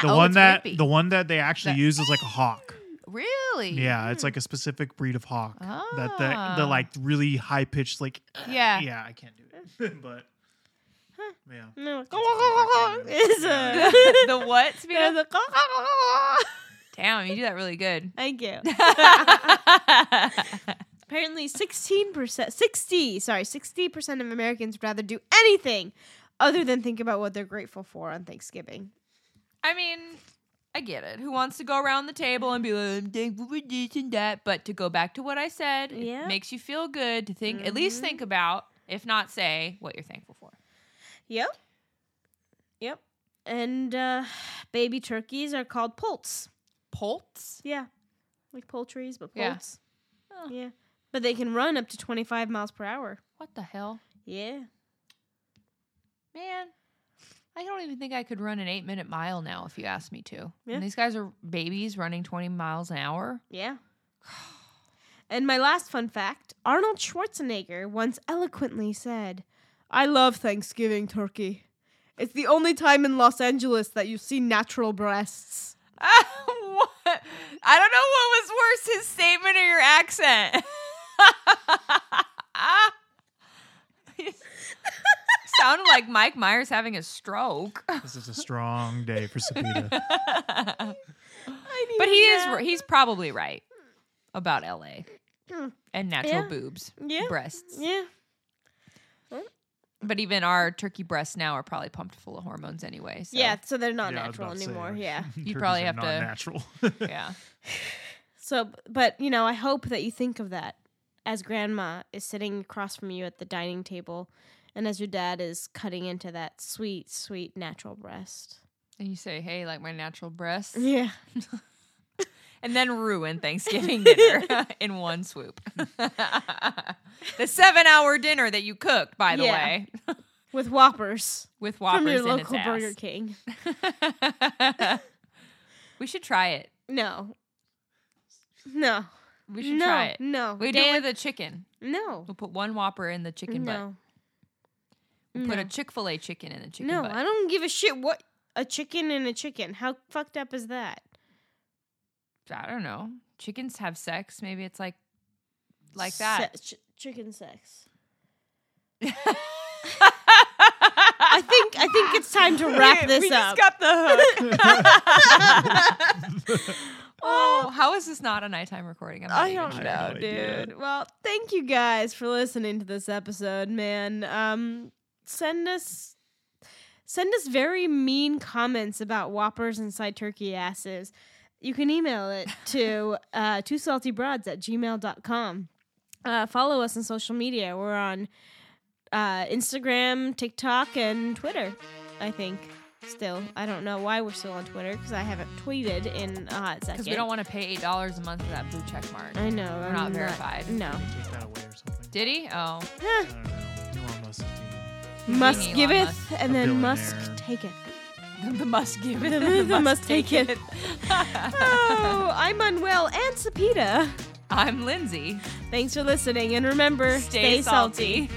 [SPEAKER 3] The
[SPEAKER 1] Oh,
[SPEAKER 3] one
[SPEAKER 1] it's
[SPEAKER 3] that
[SPEAKER 1] wimpy.
[SPEAKER 3] the one that they actually
[SPEAKER 1] That-
[SPEAKER 3] use is like a hawk.
[SPEAKER 1] Really?
[SPEAKER 3] Yeah, it's like a specific breed of hawk that the
[SPEAKER 1] Ah.
[SPEAKER 3] the like really high pitched like
[SPEAKER 1] Yeah.
[SPEAKER 3] yeah I can't do it [laughs] but yeah
[SPEAKER 2] No.
[SPEAKER 3] It's
[SPEAKER 1] [laughs]
[SPEAKER 2] It's
[SPEAKER 3] a-
[SPEAKER 2] a.
[SPEAKER 1] [laughs]
[SPEAKER 2] [laughs]
[SPEAKER 1] the what? Speak [laughs]
[SPEAKER 2] There's
[SPEAKER 1] up.
[SPEAKER 2] a caw.
[SPEAKER 1] Damn, you do that really good.
[SPEAKER 2] Thank you.
[SPEAKER 1] [laughs]
[SPEAKER 2] Apparently, 16%, 60, sorry, 60% of Americans would rather do anything other than think about what they're grateful for on Thanksgiving.
[SPEAKER 1] I mean, I get it. Who wants to go around the table and be like, I'm thankful for this and that? But to go back to what I said,
[SPEAKER 2] Yeah. Mm-hmm.
[SPEAKER 1] it makes you feel good to think, at least think about, if not say, what you're thankful for.
[SPEAKER 2] Yep. Yep. And uh, baby turkeys are called poults.
[SPEAKER 1] Polts?
[SPEAKER 2] Yeah. Like poultries, but
[SPEAKER 1] Yeah.
[SPEAKER 2] poults.
[SPEAKER 1] Oh.
[SPEAKER 2] Yeah. But they can run up to 25 miles per hour.
[SPEAKER 1] What the hell?
[SPEAKER 2] Yeah.
[SPEAKER 1] Man, I don't even think I could run an eight minute mile now if you asked me to.
[SPEAKER 2] Yeah.
[SPEAKER 1] And these guys are babies running 20 miles an hour.
[SPEAKER 2] Yeah. [sighs] And my last fun fact Arnold Schwarzenegger once eloquently said, I love Thanksgiving turkey. It's the only time in Los Angeles that you see natural breasts.
[SPEAKER 1] [laughs] what? I don't know what was worse, his statement or your accent. [laughs] Sounded like Mike Myers having a stroke.
[SPEAKER 3] this is a strong day for
[SPEAKER 1] [laughs]
[SPEAKER 3] Sabita
[SPEAKER 1] But he is he's probably right about LA and natural
[SPEAKER 2] Yeah.
[SPEAKER 1] boobs,
[SPEAKER 2] Yeah.
[SPEAKER 1] breasts.
[SPEAKER 2] Yeah.
[SPEAKER 1] But even our turkey breasts now are probably pumped full of hormones anyway. So.
[SPEAKER 2] Yeah, so they're
[SPEAKER 3] Yeah, I
[SPEAKER 2] not
[SPEAKER 3] was
[SPEAKER 2] natural
[SPEAKER 3] about to say,
[SPEAKER 2] anymore.
[SPEAKER 3] like, [laughs]
[SPEAKER 2] Yeah.
[SPEAKER 3] turkeys
[SPEAKER 1] probably
[SPEAKER 3] are
[SPEAKER 1] have to-
[SPEAKER 3] not natural [laughs]
[SPEAKER 1] Yeah.
[SPEAKER 2] So, but you know, I hope that you think of that as grandma is sitting across from you at the dining table and as your dad is cutting into that sweet, sweet natural breast.
[SPEAKER 1] And you say, "Hey, like my natural breasts."
[SPEAKER 2] Yeah.
[SPEAKER 1] and then ruin Thanksgiving dinner
[SPEAKER 2] [laughs]
[SPEAKER 1] [laughs] in one swoop. the seven hour dinner that you cooked, by the
[SPEAKER 2] Yeah.
[SPEAKER 1] way,
[SPEAKER 2] With whoppers.
[SPEAKER 1] with Whoppers
[SPEAKER 2] from your
[SPEAKER 1] in
[SPEAKER 2] local
[SPEAKER 1] its
[SPEAKER 2] Burger
[SPEAKER 1] ass.
[SPEAKER 2] King.
[SPEAKER 1] [laughs]
[SPEAKER 2] [laughs]
[SPEAKER 1] we should try it.
[SPEAKER 2] No. No.
[SPEAKER 1] We should
[SPEAKER 2] no.
[SPEAKER 1] try it.
[SPEAKER 2] No.
[SPEAKER 1] We do
[SPEAKER 2] Dan,
[SPEAKER 1] it with a chicken.
[SPEAKER 2] No.
[SPEAKER 1] We'll put one Whopper in the chicken butt.
[SPEAKER 2] No.
[SPEAKER 1] We'll Put
[SPEAKER 2] No.
[SPEAKER 1] a Chick fil A chicken in the chicken
[SPEAKER 2] No,
[SPEAKER 1] butt.
[SPEAKER 2] I don't give a shit what a chicken and a chicken. How fucked up is that?
[SPEAKER 1] I don't know. Chickens have sex. Maybe it's like like that.
[SPEAKER 2] Se- ch- chicken sex. [laughs] I
[SPEAKER 1] I
[SPEAKER 2] think I think it's time to
[SPEAKER 1] [laughs]
[SPEAKER 2] wrap this up.
[SPEAKER 1] got the
[SPEAKER 2] [laughs]
[SPEAKER 1] hook. oh, how is this not a nighttime recording? I'm not
[SPEAKER 2] I
[SPEAKER 1] even
[SPEAKER 2] don't
[SPEAKER 1] sure.
[SPEAKER 3] I
[SPEAKER 2] know,
[SPEAKER 3] have no idea.
[SPEAKER 2] dude. Well, thank you guys for listening to this episode, man. Um, send us send us very mean comments about whoppers inside turkey asses. You can email
[SPEAKER 1] [laughs]
[SPEAKER 2] it to uh, two salty broads at gmail.com. Uh, follow us on social media. We're on uh, Instagram, TikTok, and Twitter, I think. Still, I don't know why we're still on Twitter because I haven't tweeted in uh, a hot second.
[SPEAKER 1] Because we don't want to pay eight dollars a month for that blue check mark.
[SPEAKER 2] I know. I'm
[SPEAKER 1] not verified.
[SPEAKER 2] No.
[SPEAKER 3] Let me take that away or something
[SPEAKER 1] Did he?
[SPEAKER 2] [laughs]
[SPEAKER 1] Oh,
[SPEAKER 3] I don't know Elon Musk is being-
[SPEAKER 2] Musk
[SPEAKER 1] Elon
[SPEAKER 2] giveth,
[SPEAKER 1] Musk.
[SPEAKER 2] and then
[SPEAKER 3] billionaire.
[SPEAKER 1] [laughs]
[SPEAKER 2] Musk [laughs] taketh.
[SPEAKER 1] the must give it.
[SPEAKER 2] The must take it. Oh, I'm Unwell and Sapita.
[SPEAKER 1] [laughs] I'm Lindsay.
[SPEAKER 2] Thanks for listening, and remember,
[SPEAKER 1] Stay, salty.